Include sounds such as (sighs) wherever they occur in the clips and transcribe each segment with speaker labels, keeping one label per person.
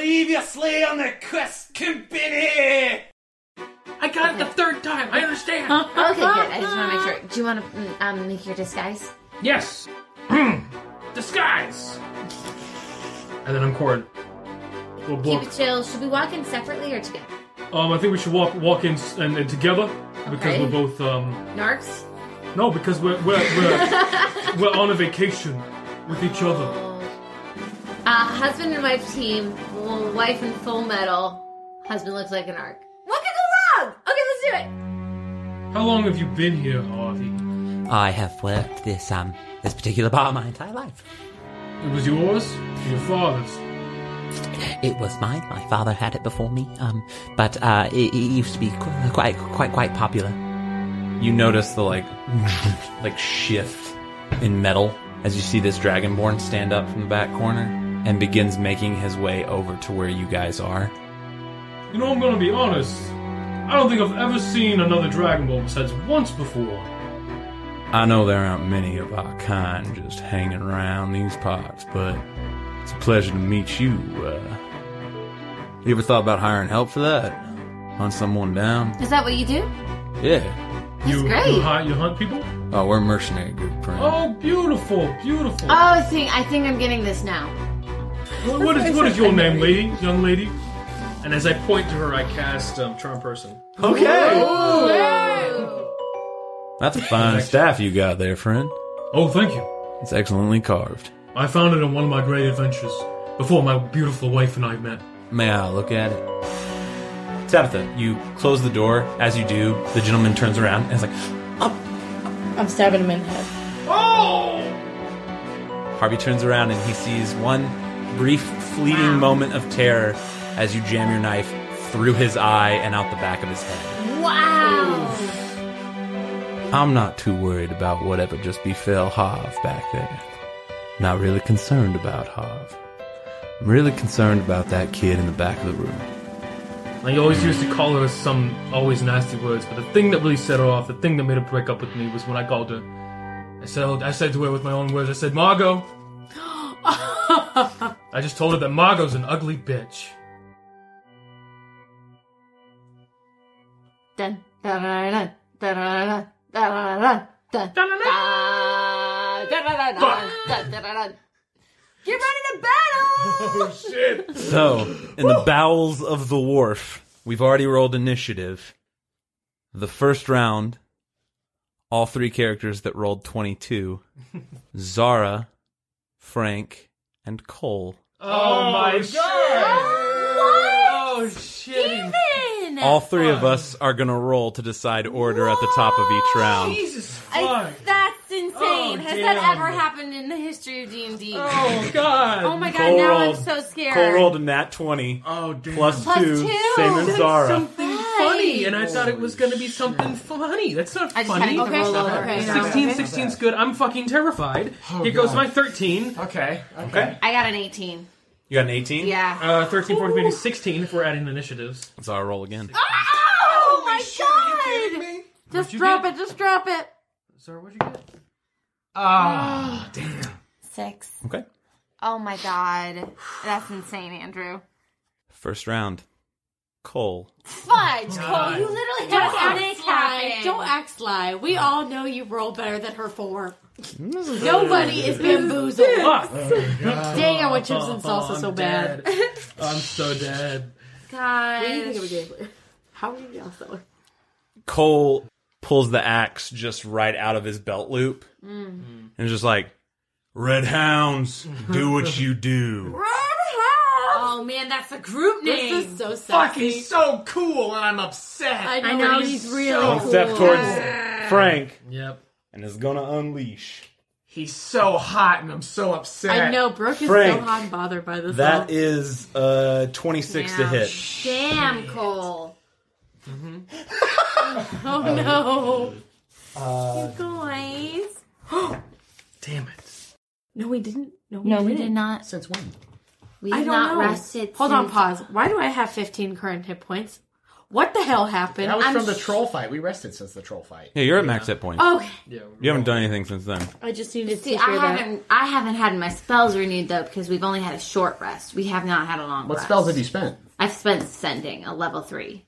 Speaker 1: Previously on the Quest Company!
Speaker 2: I got it the third time. I understand.
Speaker 3: Okay, good. I just want to make sure. (laughs) Do you want to um, make your disguise?
Speaker 2: Yes. Hmm. Disguise. And then I'm Corin. We'll blow.
Speaker 3: Keep it chill. Should we walk in separately or together?
Speaker 2: Um, I think we should walk walk in s- and, and together because
Speaker 3: Okay.
Speaker 2: we're both um
Speaker 3: Narcs?
Speaker 2: no because we're we're we're,
Speaker 3: (laughs)
Speaker 2: we're on a vacation with each other.
Speaker 3: Uh, husband and wife team. Well, wife in full metal. Husband looks like an arc. What could go wrong? Okay, let's do it.
Speaker 2: How long have you been here, Harvey?
Speaker 4: I have worked this um this particular bar my entire life.
Speaker 2: It was yours, your father's.
Speaker 4: It was mine. My father had it before me. Um, but uh, it, it used to be qu- uh, quite quite quite popular.
Speaker 5: You notice the like (laughs) like shift in metal as you see this dragonborn stand up from the back corner and begins making his way over to where you guys are.
Speaker 2: You know, I'm gonna be honest. I don't think I've ever seen another Dragon Ball besides once before.
Speaker 5: I know there aren't many of our kind just hanging around these parts, but it's a pleasure to meet you. Uh, you ever thought about hiring help for that? Hunt someone down?
Speaker 3: Is that what you do?
Speaker 5: Yeah.
Speaker 2: you,
Speaker 3: great.
Speaker 2: you hunt you hunt people?
Speaker 5: Oh, we're a mercenary group, friend.
Speaker 2: Oh, beautiful, beautiful.
Speaker 3: Oh, I think I think I'm getting this now.
Speaker 2: What- what is what is your name, lady, young lady? And as I point to her, I cast um, charm person.
Speaker 5: Okay. That's a fine staff you got there, friend.
Speaker 2: Oh, thank you.
Speaker 5: It's excellently carved.
Speaker 2: I found it in one of my great adventures before my beautiful wife and I met.
Speaker 5: May I look at it? Tabitha, you close the door. As you do, the gentleman turns around and is like,
Speaker 6: I'm stabbing him in the head.
Speaker 2: Oh!
Speaker 5: Harvey turns around and he sees one brief, fleeting moment of terror as you jam your knife through his eye and out the back of his head.
Speaker 3: (laughs) Wow.
Speaker 5: I'm not too worried about whatever just befell Harv back there. Not really concerned about Harv. I'm really concerned about that kid in the back of the room.
Speaker 2: I always used to call her some always nasty words, but the thing that really set her off, the thing that made her break up with me, was when I called her. I said, I said to her with my own words, I said, Margot.
Speaker 3: Oh.
Speaker 2: I just told her that Margot's an ugly bitch.
Speaker 3: Dun dun dun dun dun dun dun dun dun. You're running a battle.
Speaker 2: Oh shit!
Speaker 5: So, in the bowels of the wharf, we've already rolled initiative. The first round, all three characters that
Speaker 3: (laughs)
Speaker 5: rolled 22 Zara, Frank, and Cole
Speaker 2: (laughs) Oh my god! Oh shit!
Speaker 5: all three of us are going to roll to decide order at the top of each round.
Speaker 2: Jesus
Speaker 3: I,
Speaker 2: fuck!
Speaker 3: that's insane.
Speaker 2: Oh,
Speaker 3: Has that
Speaker 2: damn.
Speaker 3: ever happened in the history of D and D?
Speaker 2: (laughs)
Speaker 3: Oh
Speaker 2: Oh god!
Speaker 3: my god!
Speaker 5: Cole
Speaker 3: now
Speaker 5: rolled.
Speaker 3: I'm so scared.
Speaker 5: Cole rolled a nat 20
Speaker 2: Oh damn!
Speaker 5: plus
Speaker 3: Um, Plus
Speaker 5: two,
Speaker 3: two.
Speaker 5: same as
Speaker 3: That's
Speaker 5: Zara.
Speaker 2: something funny, and I thought it was going to be something funny. That's not
Speaker 3: I just
Speaker 2: funny.
Speaker 3: kinda need to roll
Speaker 6: Okay.
Speaker 3: over.
Speaker 6: Okay.
Speaker 3: Yeah.
Speaker 2: 16, 16's good. I'm fucking terrified. Here goes my 13.
Speaker 1: Okay,
Speaker 5: Okay.
Speaker 3: I got an 18.
Speaker 5: You got an 18?
Speaker 3: Yeah.
Speaker 2: Uh, 13, 14, 15, 16 if we're adding initiatives.
Speaker 5: Zara, roll again.
Speaker 3: oh my god!
Speaker 1: me?
Speaker 3: Just
Speaker 2: you
Speaker 3: drop
Speaker 2: get?
Speaker 3: it. Just drop it.
Speaker 2: Sorry, what'd you get?
Speaker 1: Ah,
Speaker 3: Six.
Speaker 5: Okay.
Speaker 3: Oh my god. That's insane, Andrew.
Speaker 5: First round, Cole. Oh
Speaker 3: Fudge, Cole. You literally
Speaker 6: Don't
Speaker 3: have
Speaker 6: act sly. Don't act sly. We all know you roll better than her four. (laughs) Nobody is Oh bamboozled.
Speaker 2: Fuck!
Speaker 6: Dang, I want chips and salsa so bad.
Speaker 2: Dead. I'm so dead.
Speaker 6: What do you think
Speaker 3: God.
Speaker 6: of a gambler? How are you also?
Speaker 5: Cole pulls the axe just right out of his belt loop and is just like, Red Hounds, do what you do.
Speaker 3: Oh man, that's a group name.
Speaker 6: This is so
Speaker 1: fuck,
Speaker 6: sexy.
Speaker 1: he's so cool, and I'm upset.
Speaker 6: I know,
Speaker 3: I know,
Speaker 6: but he's,
Speaker 3: he's
Speaker 6: really
Speaker 1: so-
Speaker 5: One
Speaker 6: cool.
Speaker 5: step towards Frank
Speaker 2: Yep.
Speaker 5: and is gonna unleash.
Speaker 1: He's so hot, and I'm so upset.
Speaker 6: I know Brooke is
Speaker 5: Frank.
Speaker 6: so hot and bothered by this.
Speaker 5: That
Speaker 6: song.
Speaker 5: is uh 26 to
Speaker 3: Yeah.
Speaker 5: hit.
Speaker 3: Damn, Cole.
Speaker 6: oh no!
Speaker 3: You guys.
Speaker 2: Damn it.
Speaker 6: No, we didn't. No, we
Speaker 3: No,
Speaker 6: didn't.
Speaker 3: we did not.
Speaker 1: Since when?
Speaker 3: We
Speaker 6: I
Speaker 3: have
Speaker 6: don't
Speaker 3: not
Speaker 6: know.
Speaker 3: rested.
Speaker 6: Hold on,
Speaker 3: since-
Speaker 6: pause. Why do I have 15 current hit points? What the hell happened?
Speaker 7: That was
Speaker 6: I'm
Speaker 7: from the
Speaker 6: sh-
Speaker 7: troll fight. We rested since the troll fight.
Speaker 5: Yeah, you're at max hit point.
Speaker 6: Okay.
Speaker 8: Yeah,
Speaker 5: You haven't done anything since then.
Speaker 6: I just needed
Speaker 3: See,
Speaker 6: to
Speaker 3: I
Speaker 6: hear that.
Speaker 3: haven't, I haven't had my spells renewed though because we've only had a short rest. We have not had a long.
Speaker 7: What
Speaker 3: rest.
Speaker 7: spells have you spent?
Speaker 3: I've spent sending a level three,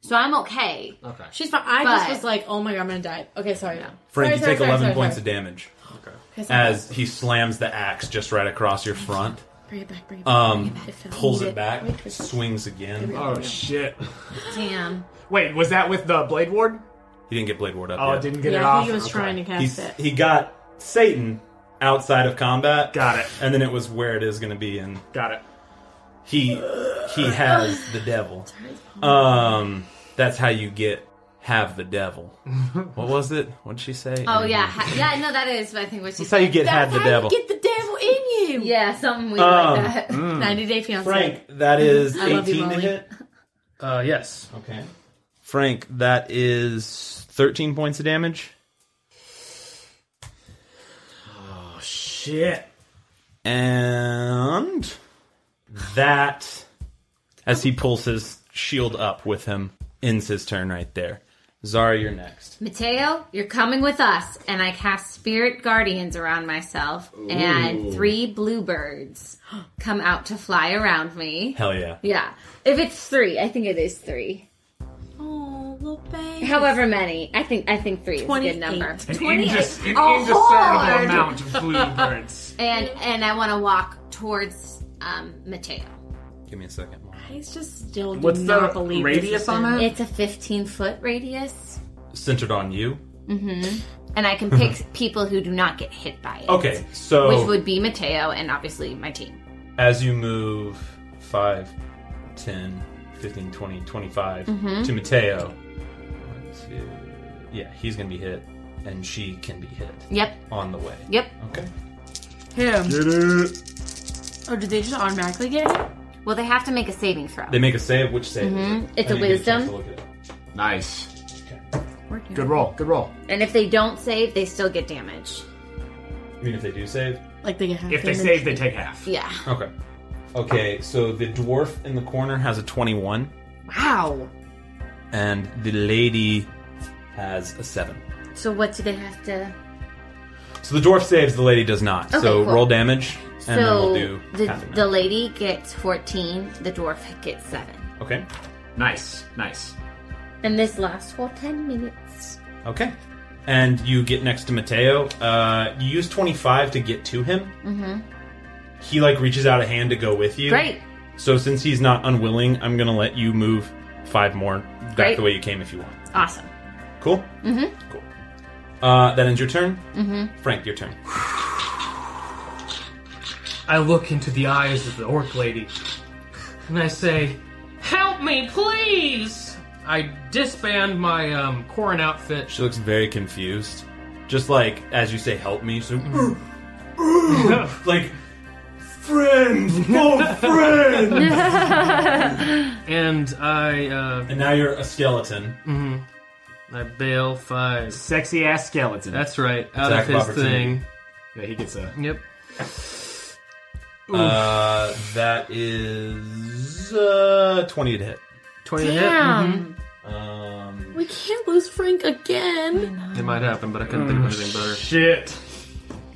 Speaker 3: so I'm okay.
Speaker 5: Oh.
Speaker 7: Okay.
Speaker 6: She's fine. I
Speaker 3: But-
Speaker 6: just was like, oh my god, I'm gonna die. Okay, sorry.
Speaker 5: Frank,
Speaker 6: sorry,
Speaker 5: you
Speaker 6: sorry,
Speaker 5: take
Speaker 6: sorry,
Speaker 5: 11
Speaker 6: sorry,
Speaker 5: points
Speaker 6: sorry.
Speaker 5: of damage
Speaker 6: Okay, sorry.
Speaker 5: as he slams the axe just right across your front,
Speaker 6: bring it back, bring it back.
Speaker 5: um,
Speaker 6: It fell.
Speaker 5: pulls it back, swings again.
Speaker 8: Oh shit!
Speaker 3: Damn.
Speaker 9: Wait, was that with the blade ward?
Speaker 5: He didn't get Blade Ward up
Speaker 9: Oh,
Speaker 5: yet.
Speaker 9: it didn't get it
Speaker 6: yeah,
Speaker 9: off.
Speaker 6: he was
Speaker 9: Okay.
Speaker 6: trying to cast
Speaker 5: He's,
Speaker 6: it.
Speaker 5: he got Satan outside of combat.
Speaker 9: Got it.
Speaker 5: And then it was where it is going to be, and
Speaker 9: Got it.
Speaker 5: he he has
Speaker 6: (sighs)
Speaker 5: the devil. Um, that's how you get have the
Speaker 9: (laughs)
Speaker 5: devil. What was it? What'd she say?
Speaker 3: Oh yeah, ha- yeah. No, that is. I think what she
Speaker 5: That's how you
Speaker 3: said.
Speaker 5: get had the
Speaker 6: That's how you
Speaker 5: devil.
Speaker 6: Get the devil in you.
Speaker 3: Yeah, something weird
Speaker 5: Um,
Speaker 3: like that. (laughs)
Speaker 6: 90 Day Fiance.
Speaker 5: Frank, that is
Speaker 6: Mm-hmm. I love you,
Speaker 5: 18 to
Speaker 6: Molly.
Speaker 9: (laughs)
Speaker 5: hit.
Speaker 8: Uh, yes.
Speaker 5: Okay. Frank, that is 13 points of damage.
Speaker 9: Shit.
Speaker 5: And that, as he pulls his shield up with him, ends his turn right there. Zara, you're next.
Speaker 3: Mateo, you're coming with us, and I cast spirit guardians around myself, and three bluebirds (gasps) come out to fly around me.
Speaker 5: Hell yeah.
Speaker 3: Yeah, if it's three, I think it is three.
Speaker 6: Oh, little baby.
Speaker 3: However many, I think I think three is a good number.
Speaker 6: 28.
Speaker 9: An,
Speaker 3: Twenty-eight.
Speaker 9: indis- an
Speaker 3: A
Speaker 9: indiscernible
Speaker 3: horde.
Speaker 9: amount of
Speaker 8: (laughs)
Speaker 9: bluebirds.
Speaker 3: And and I want to walk towards um, Mateo.
Speaker 5: Give me a second. Mom.
Speaker 6: He's just still
Speaker 9: What's
Speaker 6: did not
Speaker 9: the
Speaker 6: believe
Speaker 9: radius
Speaker 6: this
Speaker 9: on that?
Speaker 3: It's a 15 foot radius,
Speaker 5: Centered on you.
Speaker 3: and I can pick people who do not get hit by it.
Speaker 5: Okay, Oh. so
Speaker 3: Which would be Mateo and obviously my team.
Speaker 5: as you move 5, 10, 15, 20, 25
Speaker 3: Mm-hmm.
Speaker 5: to Mateo. One, two. Yeah, he's going to be hit, and she can be hit
Speaker 3: Yep.
Speaker 5: on the way.
Speaker 3: Yep.
Speaker 5: Okay.
Speaker 6: Him. Or did they just automatically get it?
Speaker 3: Well, they have to make a saving throw.
Speaker 5: They make a save. Which save? is it?
Speaker 3: Mm-hmm. It's
Speaker 5: I
Speaker 3: a
Speaker 5: didn't get chance
Speaker 3: wisdom.
Speaker 5: to look it up.
Speaker 7: Nice. Good roll. Good roll.
Speaker 3: And if they don't save, they still get damage.
Speaker 5: I mean, if they do save.
Speaker 6: Like they get half
Speaker 9: If they
Speaker 6: damage.
Speaker 9: save, they take half.
Speaker 3: Yeah.
Speaker 5: Okay. Okay, so the dwarf in the corner has a 21,
Speaker 3: Wow.
Speaker 5: and the lady has a 7.
Speaker 3: So what do they have to?
Speaker 5: So the dwarf saves, the lady does not.
Speaker 3: Okay,
Speaker 5: so
Speaker 3: cool.
Speaker 5: roll damage, and
Speaker 3: So
Speaker 5: then we'll do half
Speaker 3: the
Speaker 5: and
Speaker 3: the
Speaker 5: half.
Speaker 3: lady gets fourteen, the dwarf gets seven,
Speaker 5: Okay.
Speaker 9: Nice. Nice.
Speaker 3: and this lasts for ten minutes.
Speaker 5: Okay. And you get next to Mateo. Uh, you use 25 to get to him. Mm-hmm. He, like, reaches out a hand to go with you.
Speaker 3: Great.
Speaker 5: So since he's not unwilling, I'm going to let you move five more back
Speaker 3: Great.
Speaker 5: the way you came if you want.
Speaker 3: Awesome.
Speaker 5: Cool. Mm-hmm. Cool. Uh, that ends your turn. Mm-hmm. Frank, your turn.
Speaker 8: I look into the eyes of the orc lady and I say, "Help me, please!" I disband my um, Corin outfit.
Speaker 5: She looks very confused. Just like as you say, "Help me," so (laughs) like, friend, oh friend.
Speaker 8: and I uh,
Speaker 5: and now you're a skeleton.
Speaker 8: I bail five.
Speaker 9: Sexy ass skeleton.
Speaker 8: That's right, out
Speaker 5: Attack of
Speaker 8: of his
Speaker 5: opportunity.
Speaker 8: thing.
Speaker 9: yeah, he gets a.
Speaker 8: Yep.
Speaker 5: Uh, that is uh, twenty to hit.
Speaker 8: Twenty to hit. Mm-hmm.
Speaker 3: Damn.
Speaker 5: Um,
Speaker 6: We can't lose Frank again.
Speaker 8: It might happen, but I couldn't think
Speaker 6: Mm.
Speaker 8: of anything better.
Speaker 9: Shit.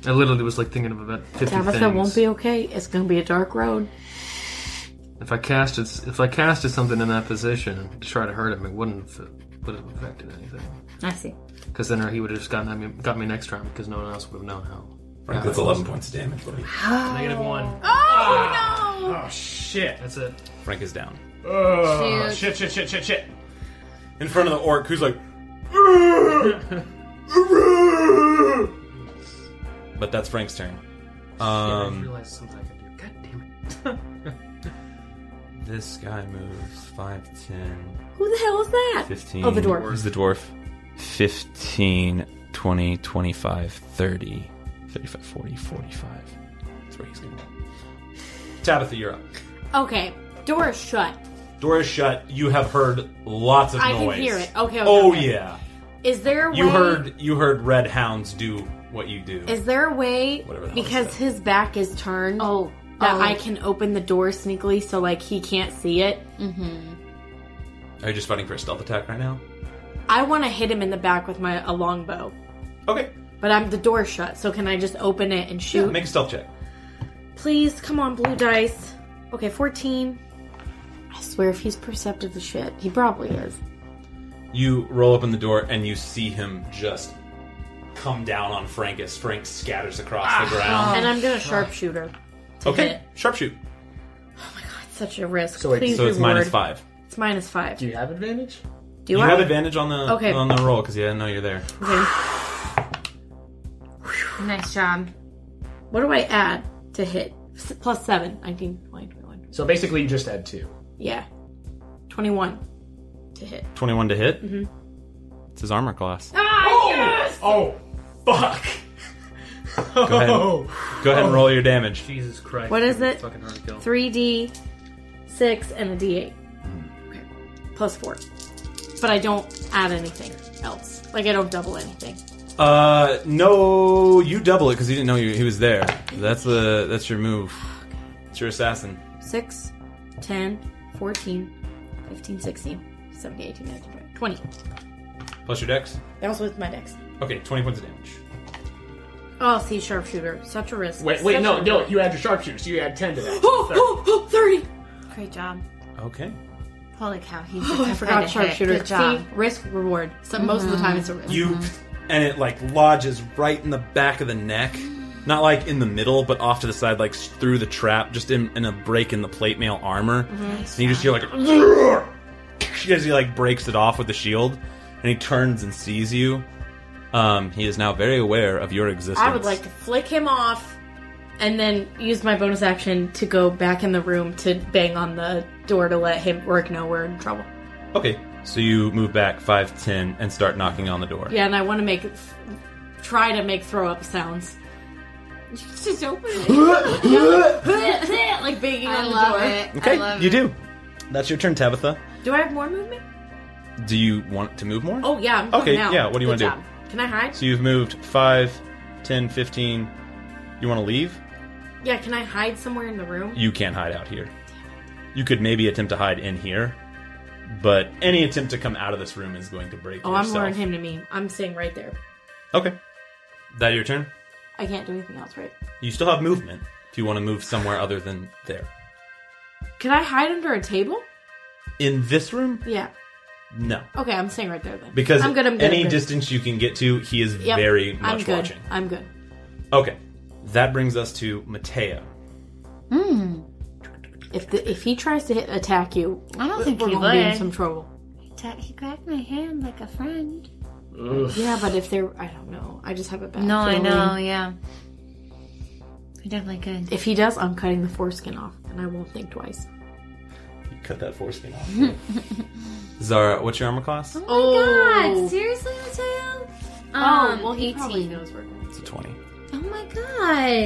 Speaker 8: I literally was like thinking of about fifty
Speaker 6: Tabitha
Speaker 8: things.
Speaker 6: won't be okay. It's gonna be a dark road.
Speaker 8: If I casted, if I casted something in that position to try to hurt him, it wouldn't have, would have affected anything.
Speaker 3: I see.
Speaker 8: Because then he would have just gotten at me, got me next time. Because no one else would have known how.
Speaker 5: Frank, that's eleven points of damage. buddy.
Speaker 8: Negative one.
Speaker 6: Oh
Speaker 9: Oh shit.
Speaker 8: That's it.
Speaker 5: Frank is down
Speaker 9: Oh,
Speaker 3: Shoot.
Speaker 9: shit. Shit. Shit. Shit. Shit.
Speaker 5: in front of the orc, who's like. (laughs) But that's Frank's turn.
Speaker 8: I
Speaker 5: Um,
Speaker 8: realized something I could do. God damn it.
Speaker 5: This guy moves 5, 10,
Speaker 6: no! Who the hell is that?
Speaker 5: 15.
Speaker 6: Oh, the dwarf.
Speaker 5: He's the dwarf. 15, 20, 25, 30, 35, 40, 45. That's where he's going to go. Tabitha, you're up.
Speaker 6: Okay, door is shut.
Speaker 5: Door is shut. You have heard lots of
Speaker 6: I
Speaker 5: noise.
Speaker 6: can hear it. Okay. okay,
Speaker 5: Oh,
Speaker 6: okay.
Speaker 5: yeah.
Speaker 6: Is there a way?
Speaker 5: You heard, you heard red hounds do what you do.
Speaker 6: Is there a way?
Speaker 5: Whatever the hell
Speaker 6: Because
Speaker 5: it's
Speaker 6: his back is turned.
Speaker 3: Oh,
Speaker 6: that
Speaker 3: oh.
Speaker 6: I can open the door sneakily so like he can't see it.
Speaker 5: Are you just fighting for a stealth attack right now?
Speaker 6: I want to hit him in the back with my a longbow,
Speaker 5: Okay.
Speaker 6: but I'm the door shut. So can I just open it and shoot?
Speaker 5: Make a stealth check.
Speaker 6: Please, come on, blue dice. Okay, 14. I swear, if he's perceptive as shit, he probably is.
Speaker 5: You roll open the door and you see him just come down on Frank as Frank scatters across the ground.
Speaker 6: and I'm gonna sharpshooter. to hit
Speaker 5: Okay,
Speaker 6: it.
Speaker 5: sharpshoot.
Speaker 6: It's such a risk.
Speaker 7: So wait,
Speaker 6: Please
Speaker 5: So it's
Speaker 6: reward.
Speaker 5: minus five.
Speaker 6: It's minus five.
Speaker 7: Do you have advantage?
Speaker 6: Do
Speaker 5: You
Speaker 6: I?
Speaker 5: have advantage on the
Speaker 6: Okay.
Speaker 5: on the roll because yeah, no, you're there.
Speaker 6: Okay.
Speaker 3: (sighs) Nice job.
Speaker 6: What do I add to hit? S- Plus seven. 19, 20, 21.
Speaker 7: So basically, you just add two.
Speaker 6: Yeah. 21 to hit.
Speaker 5: Twenty-one to hit. Mm-hmm. It's his armor class.
Speaker 3: Ah,
Speaker 9: Oh, fuck.
Speaker 5: Go ahead. Go ahead and roll your damage.
Speaker 8: Jesus Christ.
Speaker 6: What is
Speaker 8: that's
Speaker 6: it?
Speaker 8: Fucking hard to kill.
Speaker 6: 3D, 6, and a D8. Okay. Plus 4. But I don't add anything else. Like, I don't double anything.
Speaker 5: Uh, no, you double it because he didn't know you, he was there. That's the that's your move. It's your assassin.
Speaker 6: 6, 10, 14, 15, 16, 17, 18, 19, 20. 20.
Speaker 5: Plus your dex.
Speaker 6: That was with my dex.
Speaker 5: Okay, twenty points of damage.
Speaker 6: Oh, see, sharpshooter. Such a risk.
Speaker 7: Wait, wait,
Speaker 6: Such
Speaker 7: no,
Speaker 6: a-
Speaker 7: no. You add your sharpshooter, so you add ten to that.
Speaker 6: (gasps) Oh, oh, oh, 30!
Speaker 3: Great job.
Speaker 5: Okay.
Speaker 3: Holy cow, he's
Speaker 6: Oh, I forgot sharpshooter.
Speaker 3: Good job.
Speaker 6: See, risk reward. So most of the time it's a risk.
Speaker 5: You and it like lodges right in the back of the neck. Not like in the middle, but off to the side, like s- through the trap, just in, in a break in the plate mail armor.
Speaker 6: Mm-hmm.
Speaker 5: And you just hear like, a- as he like (laughs) breaks it off with the shield, and he turns and sees you. Um, he is now very aware of your existence.
Speaker 6: I would like to flick him off and then use my bonus action to go back in the room to bang on the door to let him work know we're in trouble.
Speaker 5: Okay, so you move back five ten and start knocking on the door.
Speaker 6: Yeah, and I want to make try to make throw up sounds.
Speaker 3: Just open it.
Speaker 5: (laughs)
Speaker 6: like banging
Speaker 3: I
Speaker 6: on
Speaker 3: love
Speaker 6: the door.
Speaker 3: it.
Speaker 5: Okay,
Speaker 3: I love
Speaker 5: you
Speaker 3: it.
Speaker 5: do. That's your turn, Tabitha.
Speaker 6: Do I have more movement?
Speaker 5: Do you want to move more?
Speaker 6: Oh yeah, I'm coming
Speaker 5: Okay,
Speaker 6: out.
Speaker 5: yeah, what do you
Speaker 6: Good
Speaker 5: wanna do?
Speaker 6: job. Can I hide?
Speaker 5: So you've moved 5, 10, 15. You want to leave?
Speaker 6: Yeah, can I hide somewhere in the room?
Speaker 5: You can't hide out here. You could maybe attempt to hide in here, but any attempt to come out of this room is going to break
Speaker 6: Oh, I'm
Speaker 5: yourself.
Speaker 6: luring him to me. I'm staying right there.
Speaker 5: Okay. That your turn?
Speaker 6: I can't do anything else, right?
Speaker 5: You still have movement if you want to move somewhere other than there.
Speaker 6: Can I hide under a table?
Speaker 5: In this room?
Speaker 6: Yeah.
Speaker 5: No.
Speaker 6: Okay, I'm staying right there then.
Speaker 5: Because
Speaker 6: I'm good. I'm good.
Speaker 5: any
Speaker 6: I'm good.
Speaker 5: distance you can get to, he is
Speaker 6: Yep,
Speaker 5: very
Speaker 6: I'm
Speaker 5: much
Speaker 6: good.
Speaker 5: watching.
Speaker 6: I'm good.
Speaker 5: Okay. That brings us to Mateo.
Speaker 3: Hmm.
Speaker 6: If the, if he tries to hit, attack you,
Speaker 3: I don't think
Speaker 6: we're
Speaker 3: he
Speaker 6: gonna be in
Speaker 3: would.
Speaker 6: some trouble.
Speaker 3: He grabbed my hand like a friend.
Speaker 6: Yeah, but if they're, I don't know. I just have a bad.
Speaker 3: No, I
Speaker 6: feeling.
Speaker 3: know, yeah. We definitely could.
Speaker 6: If he does, I'm cutting the foreskin off, and I won't think twice.
Speaker 5: You cut that foreskin
Speaker 6: (laughs)
Speaker 5: off. Zara, what's your armor class?
Speaker 6: Oh,
Speaker 3: God, seriously, Mateo?
Speaker 6: Oh,
Speaker 3: Um,
Speaker 6: well, he
Speaker 3: 18.
Speaker 6: probably knows we're.
Speaker 5: It's a 20.
Speaker 3: Oh my god.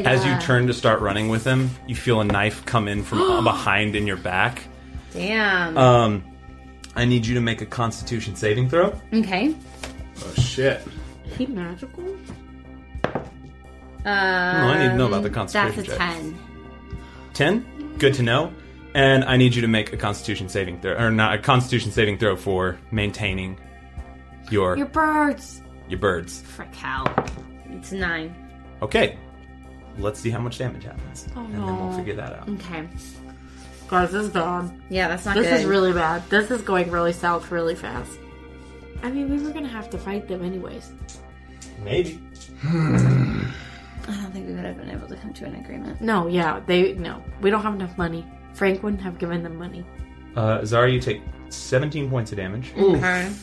Speaker 3: Ah,
Speaker 5: As you turn to start running with him, you feel a knife come in
Speaker 6: (gasps)
Speaker 5: from behind in your back.
Speaker 3: Damn.
Speaker 5: Um, I need you to make a Constitution saving throw.
Speaker 3: okay.
Speaker 7: Oh shit!
Speaker 6: Is he magical?
Speaker 3: Um,
Speaker 5: I need to know about the
Speaker 3: That's a
Speaker 5: concentration check.
Speaker 3: 10.
Speaker 5: Ten. Good to know. And I need you to make a Constitution saving throw, or not a Constitution saving throw for maintaining your
Speaker 6: Your
Speaker 5: your,
Speaker 6: birds.
Speaker 5: birds.
Speaker 3: Frick hell. It's 9.
Speaker 5: Okay. Let's see how much damage happens, and then we'll
Speaker 6: Oh, no.
Speaker 5: figure that out.
Speaker 3: Okay.
Speaker 6: Guys, this is bad.
Speaker 3: Yeah, that's not
Speaker 6: This
Speaker 3: good.
Speaker 6: is really bad. This is going really south really fast. I mean, we were gonna have to fight them anyways.
Speaker 5: Maybe.
Speaker 3: I don't think we would have been able to come to an agreement.
Speaker 6: No, yeah, they no. We don't have enough money. Frank wouldn't have given them money.
Speaker 5: Uh, Zara, you take 17 points of damage,
Speaker 3: Okay. Oh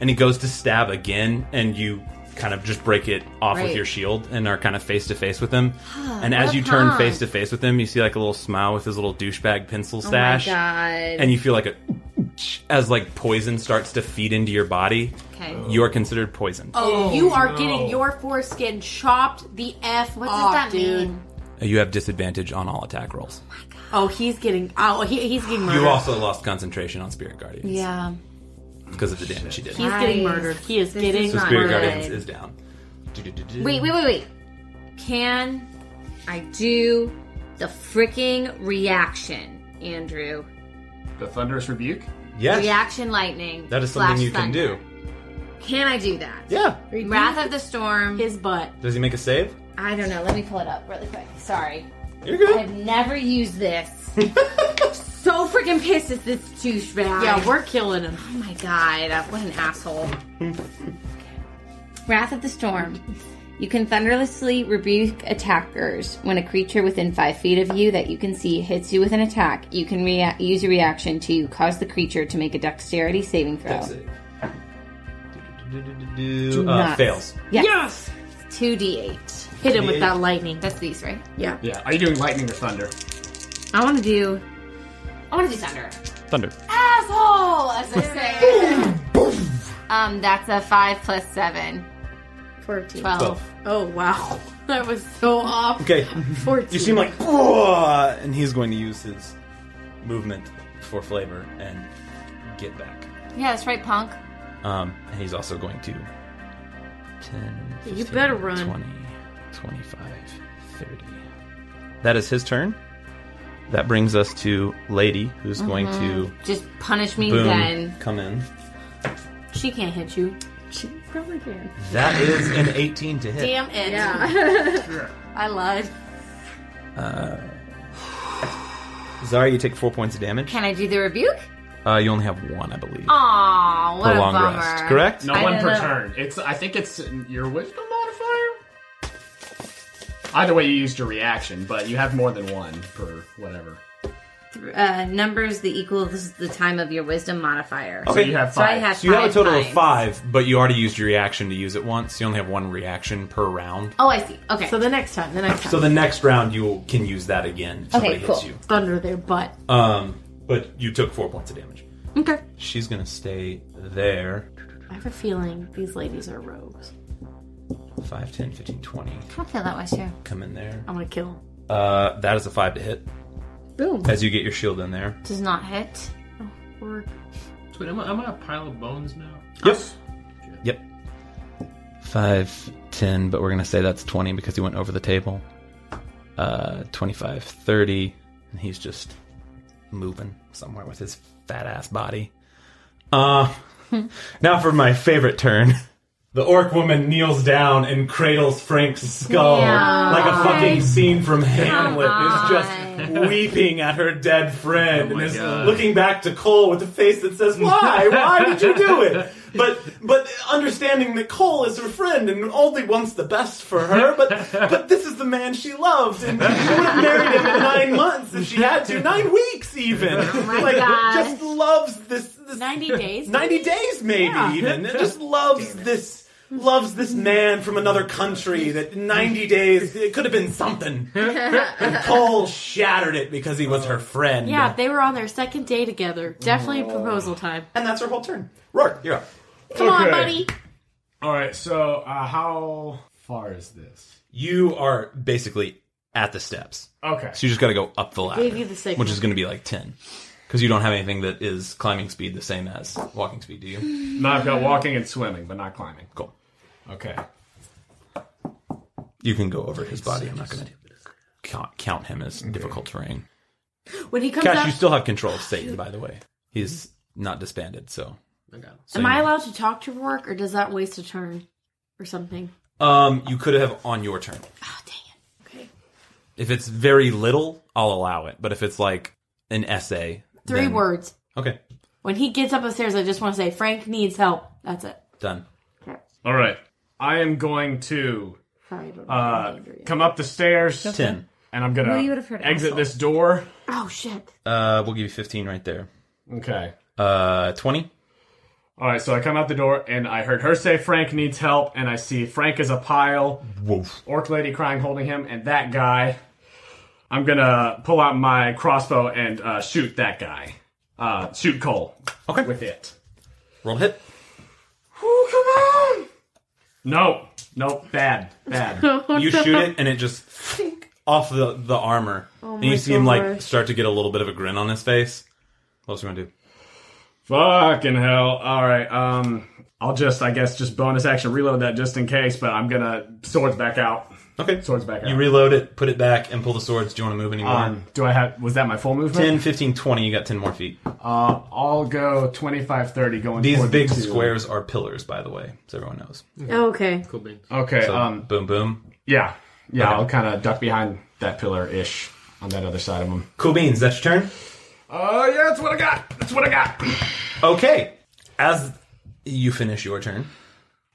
Speaker 5: and he goes to stab again, and you kind of just break it off with
Speaker 3: Right.
Speaker 5: your shield and are kind of face to face with him. and as
Speaker 3: what a
Speaker 5: you turn
Speaker 3: punk.
Speaker 5: face to face with him, you see like a little smile with his little douchebag pencil
Speaker 3: Oh my
Speaker 5: stash,
Speaker 3: god.
Speaker 5: and you feel like a as like poison starts to feed into your body.
Speaker 3: Okay.
Speaker 5: You are considered poisoned.
Speaker 6: Oh, you are getting your foreskin chopped the f
Speaker 3: What does
Speaker 6: off,
Speaker 3: that
Speaker 6: dude.
Speaker 3: mean?
Speaker 5: You have disadvantage on all attack rolls.
Speaker 6: Oh, he's getting. Oh, he, he's getting murdered.
Speaker 5: You also lost concentration on Spirit Guardians
Speaker 3: Yeah.
Speaker 5: because of the damage he did.
Speaker 6: he's getting murdered. He is
Speaker 3: This
Speaker 6: getting
Speaker 3: is
Speaker 5: so
Speaker 3: not
Speaker 5: Spirit
Speaker 3: good.
Speaker 5: Guardians is down.
Speaker 3: Wait, wait, wait, wait. Can I do the freaking reaction, Andrew?
Speaker 1: The thunderous rebuke.
Speaker 5: Yes.
Speaker 3: Reaction lightning.
Speaker 5: That is something
Speaker 3: slash
Speaker 5: you can
Speaker 3: thunder.
Speaker 5: do.
Speaker 3: Can I do that?
Speaker 5: Yeah.
Speaker 3: Wrath of the Storm.
Speaker 6: His butt.
Speaker 5: Does he make a save?
Speaker 3: I don't know. Let me pull it up really quick. Sorry.
Speaker 5: You're good.
Speaker 3: I've never used (laughs) this. so freaking pissed at this douchebag.
Speaker 6: Yeah, we're killing him.
Speaker 3: Oh my god, uh, what an asshole. (laughs) Wrath of the Storm. You can thunderously rebuke attackers. When a creature within five feet of you that you can see hits you with an attack, you can rea- use your reaction to cause the creature to make a dexterity saving throw.
Speaker 5: Do, uh,
Speaker 3: Nuts.
Speaker 5: fails.
Speaker 3: Yes.
Speaker 6: Yes!
Speaker 3: 2d8.
Speaker 6: Hit him with that lightning.
Speaker 3: That's these, right?
Speaker 6: Yeah.
Speaker 1: Yeah. Are you doing lightning or thunder?
Speaker 3: I want to do. I want to do thunder.
Speaker 10: Thunder.
Speaker 3: Asshole, as I (laughs) say. um, that's a five plus seven.
Speaker 6: 14.
Speaker 3: Twelve.
Speaker 6: Oh, wow. (laughs) That was so off.
Speaker 5: Okay.
Speaker 6: 14.
Speaker 5: You seem like, "Whoa," and he's going to use his movement for flavor and get back.
Speaker 3: Yeah, that's right, punk.
Speaker 5: Um, and he's also going to 10,
Speaker 6: You better run.
Speaker 5: 20, 25, 30. That is his turn. That brings us to Lady, who's going to
Speaker 3: Just punish
Speaker 6: Mm-hmm.
Speaker 3: me
Speaker 5: boom
Speaker 3: then.
Speaker 5: come in.
Speaker 6: She can't hit you.
Speaker 3: She probably can.
Speaker 5: That is an 18 to hit.
Speaker 6: Damn it. I lied.
Speaker 5: Zara, you take four points of damage.
Speaker 3: Can I do the rebuke?
Speaker 5: Uh, you only have one, I believe.
Speaker 3: Aw, what
Speaker 5: Prolonged
Speaker 3: a bummer.
Speaker 5: rest, correct?
Speaker 1: No
Speaker 3: I
Speaker 1: one
Speaker 3: don't
Speaker 1: per
Speaker 3: know.
Speaker 1: turn. It's. I think it's your wisdom modifier. Either way, you used your reaction, but you have more than one per whatever.
Speaker 3: Uh, numbers the equals the time of your wisdom modifier.
Speaker 1: So you have
Speaker 3: So I
Speaker 1: five.
Speaker 3: had
Speaker 5: So you have a
Speaker 3: five
Speaker 5: total of
Speaker 3: times.
Speaker 5: five, but you already used your reaction to use it once. You only have one reaction per round.
Speaker 3: Oh, I see. Okay.
Speaker 6: So the next time, the next time.
Speaker 5: So the next round you can use that again if somebody
Speaker 3: Okay,
Speaker 5: hits
Speaker 3: cool.
Speaker 5: you.
Speaker 6: Thunder their butt.
Speaker 5: Um, but you took four points of damage.
Speaker 6: Okay.
Speaker 5: She's gonna stay there.
Speaker 6: I have a feeling these ladies are rogues.
Speaker 5: 5, 10, 15, 20.
Speaker 3: I feel that way too.
Speaker 5: Come in there.
Speaker 6: I'm gonna kill. 'em.
Speaker 5: Uh, that is a 5 to hit.
Speaker 6: Boom.
Speaker 5: As you get your shield in there.
Speaker 3: Does not hit.
Speaker 6: (laughs) Or-
Speaker 2: Wait, am I, am I a pile of bones now?
Speaker 5: Yep. Yep. 5, 10, but we're going to say that's 20 because he went over the table. Uh, 25, 30, and he's just moving somewhere with his fat ass body. Uh, (laughs) now for my favorite turn. The orc woman kneels down and cradles Frank's skull like a fucking scene from Hamlet. Is just (laughs) weeping at her dead friend and is
Speaker 1: God.
Speaker 5: looking back to Cole with a face that says, "Why? Why did you do it?" But but understanding that Cole is her friend and only wants the best for her. But but this is the man she loves, and she would have married him in nine months if she had to, nine weeks even. like
Speaker 3: God.
Speaker 5: just loves this this
Speaker 1: (laughs)
Speaker 6: 90 days?
Speaker 5: 90 days maybe (laughs) even It just loves this loves this man from another country that 90 days it could have been something (laughs) and cole shattered it because he was her friend
Speaker 6: Yeah, they were on their second day together. Definitely
Speaker 1: Oh.
Speaker 6: proposal time.
Speaker 5: and that's her whole turn rourke you're up
Speaker 6: Come on,
Speaker 1: Okay.
Speaker 6: buddy.
Speaker 1: All right. So uh, how far is this?
Speaker 5: you are basically at the steps
Speaker 1: Okay.
Speaker 5: so you just got to go up the ladder
Speaker 6: Gave you the signal.
Speaker 5: which is going to be like 10 because you don't have anything that is climbing speed the same as walking speed do
Speaker 6: (laughs)
Speaker 5: you
Speaker 1: Now I've got walking and swimming, but not climbing.
Speaker 5: cool
Speaker 1: Okay.
Speaker 5: you can go over his body i'm not going to count, count him as difficult terrain
Speaker 6: When he comes
Speaker 5: Cash,
Speaker 6: out,
Speaker 5: you still have control of Satan, by the way. He's not disbanded, so. So
Speaker 6: am I
Speaker 5: you-
Speaker 6: allowed to talk to Rourke, or does that waste a turn or something?
Speaker 5: Um, you could have on your turn.
Speaker 6: Oh, dang it. Okay.
Speaker 5: If it's very little, I'll allow it. But if it's like an essay,
Speaker 6: Three
Speaker 5: then-
Speaker 6: words.
Speaker 5: Okay,
Speaker 6: When he gets up the stairs, I just want to say, Frank needs help. That's it.
Speaker 5: done.
Speaker 1: All right. I am going to
Speaker 6: Sorry, I don't know
Speaker 1: uh,
Speaker 6: the name yet.
Speaker 1: come up the stairs,
Speaker 5: Ten.
Speaker 1: and I'm gonna
Speaker 3: Well, you would've heard
Speaker 1: exit
Speaker 3: asshole.
Speaker 1: this door.
Speaker 6: Oh, shit.
Speaker 5: Uh, we'll give you fifteen right there.
Speaker 1: Okay.
Speaker 5: Uh, twenty.
Speaker 1: All right. So I come out the door, and I heard her say Frank needs help, and I see Frank is a pile,
Speaker 5: Woof.
Speaker 1: orc lady crying, holding him, and that guy. I'm gonna pull out my crossbow and uh, shoot that guy. Uh, shoot Cole
Speaker 5: Okay.
Speaker 1: with it.
Speaker 5: Roll to hit.
Speaker 1: No, nope, bad, bad.
Speaker 5: (laughs) you shoot it, and it just off the the armor, and you see him like start to get a little bit of a grin on his face. What else you gonna do?
Speaker 1: Fucking hell. All right. Um,
Speaker 7: I'll just, I guess, just bonus action reload that just in case, but I'm gonna swords back out.
Speaker 5: Okay.
Speaker 7: Swords back out.
Speaker 5: You reload it, put it back, and pull the swords. Do you want to move anymore?
Speaker 7: Um, do I have? Was that my full movement?
Speaker 5: 10, 15, 20. You got 10 more feet.
Speaker 7: Uh, I'll go 25, 30 going.
Speaker 5: These
Speaker 7: toward the
Speaker 5: big
Speaker 7: two.
Speaker 5: squares are pillars, by the way, so everyone knows.
Speaker 6: Oh, okay.
Speaker 8: Cool beans.
Speaker 7: Okay.
Speaker 5: So,
Speaker 7: um.
Speaker 5: boom, boom.
Speaker 7: Yeah. Yeah. I'll kind of duck behind that pillar ish on that other side of him.
Speaker 5: Cool beans. That's your turn.
Speaker 7: Oh yeah, that's what I got. That's what I got.
Speaker 5: Okay. As you finish your turn,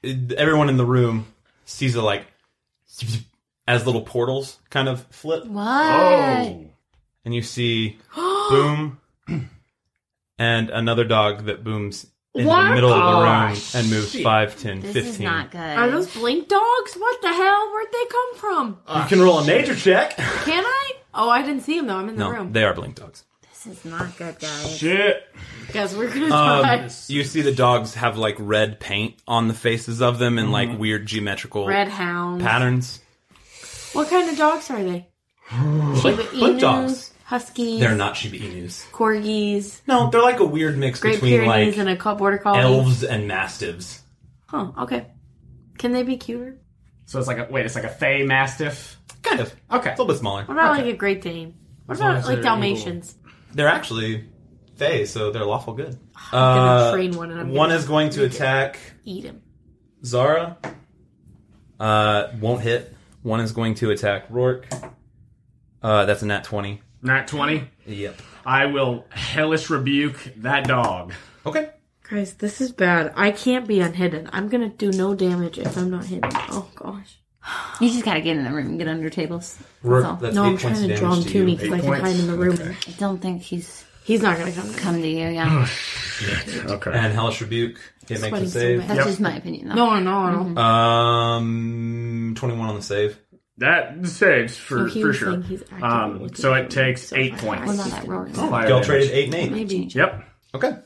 Speaker 5: everyone in the room sees a like as little portals kind of flip,
Speaker 3: What?
Speaker 7: Oh,
Speaker 5: and you see boom and another dog that booms in the
Speaker 6: What?
Speaker 5: middle of the
Speaker 7: Oh,
Speaker 5: room and moves
Speaker 7: shit.
Speaker 5: five, ten, fifteen.
Speaker 3: This is not good.
Speaker 6: Are those blink dogs? What the hell? Where'd they come from?
Speaker 5: You can roll a nature check.
Speaker 6: Can I? Oh, I didn't see him though. I'm in the
Speaker 5: No,
Speaker 6: room.
Speaker 5: they are blink dogs.
Speaker 3: This is not good, guys.
Speaker 7: Shit.
Speaker 6: Guys, we're gonna
Speaker 5: Um,
Speaker 6: die.
Speaker 5: you see the dogs have like red paint on the faces of them and like weird geometrical
Speaker 6: Red hounds.
Speaker 5: patterns.
Speaker 6: What kind of dogs are they?
Speaker 5: Blink,
Speaker 6: Shiba
Speaker 5: blink
Speaker 6: Inus,
Speaker 5: dogs.
Speaker 6: huskies,
Speaker 5: They're not Shiba Inus.
Speaker 6: corgis,
Speaker 5: No, they're like a weird mix
Speaker 6: Great
Speaker 5: between
Speaker 6: Pyrenees,
Speaker 5: like
Speaker 6: and a co- border collie.
Speaker 5: elves and mastiffs.
Speaker 6: Huh. Okay. Can they be cuter?
Speaker 7: So it's like a wait. It's like a Fey Mastiff.
Speaker 5: Kind of.
Speaker 7: Okay.
Speaker 5: It's a little bit smaller.
Speaker 6: What about like a Great Dane? What about
Speaker 8: as
Speaker 6: like
Speaker 8: they're
Speaker 6: Dalmatians?
Speaker 5: They're actually Fey, so they're lawful good.
Speaker 6: I'm gonna
Speaker 5: Uh,
Speaker 6: train one and I'm
Speaker 5: one
Speaker 6: gonna
Speaker 5: is going to attack
Speaker 6: eat him.
Speaker 5: Zara. Uh, won't hit. One is going to attack Rourke. Uh, that's a nat 20.
Speaker 7: Nat twenty.
Speaker 5: Yep.
Speaker 7: I will hellish rebuke that dog.
Speaker 5: Okay.
Speaker 6: Guys, this is bad. I can't be unhidden. I'm gonna do no damage if I'm not hidden. Oh gosh.
Speaker 3: You just gotta get in the room and get under tables. all.
Speaker 5: Rourke, that's
Speaker 6: No,
Speaker 5: eight
Speaker 6: I'm
Speaker 5: points
Speaker 6: trying
Speaker 5: of
Speaker 6: to
Speaker 5: damage
Speaker 6: draw him to
Speaker 5: you.
Speaker 6: me because I can
Speaker 7: points.
Speaker 6: hide in the room.
Speaker 3: I don't think he's
Speaker 6: He's not gonna come. to me.
Speaker 3: come to you. Yeah,
Speaker 7: Okay.
Speaker 5: And Hellish Rebuke. It makes a
Speaker 6: Sweating so
Speaker 5: save.
Speaker 6: bad.
Speaker 3: that's just my opinion. Though.
Speaker 6: No, no,
Speaker 5: Mm-hmm.
Speaker 6: no.
Speaker 5: Um, 21 on the save.
Speaker 7: That saves for
Speaker 6: Oh, he
Speaker 7: for
Speaker 6: was
Speaker 7: sure.
Speaker 6: saying he's actively
Speaker 7: Um,
Speaker 6: looking
Speaker 7: so
Speaker 6: for
Speaker 7: it
Speaker 6: me,
Speaker 7: takes
Speaker 6: so
Speaker 7: eight
Speaker 6: I-
Speaker 7: points.
Speaker 3: well, not that rogue.
Speaker 7: Fire
Speaker 5: Y'all
Speaker 7: damage.
Speaker 5: traded 8 and 8.
Speaker 6: Maybe.
Speaker 7: Yep.
Speaker 5: Okay.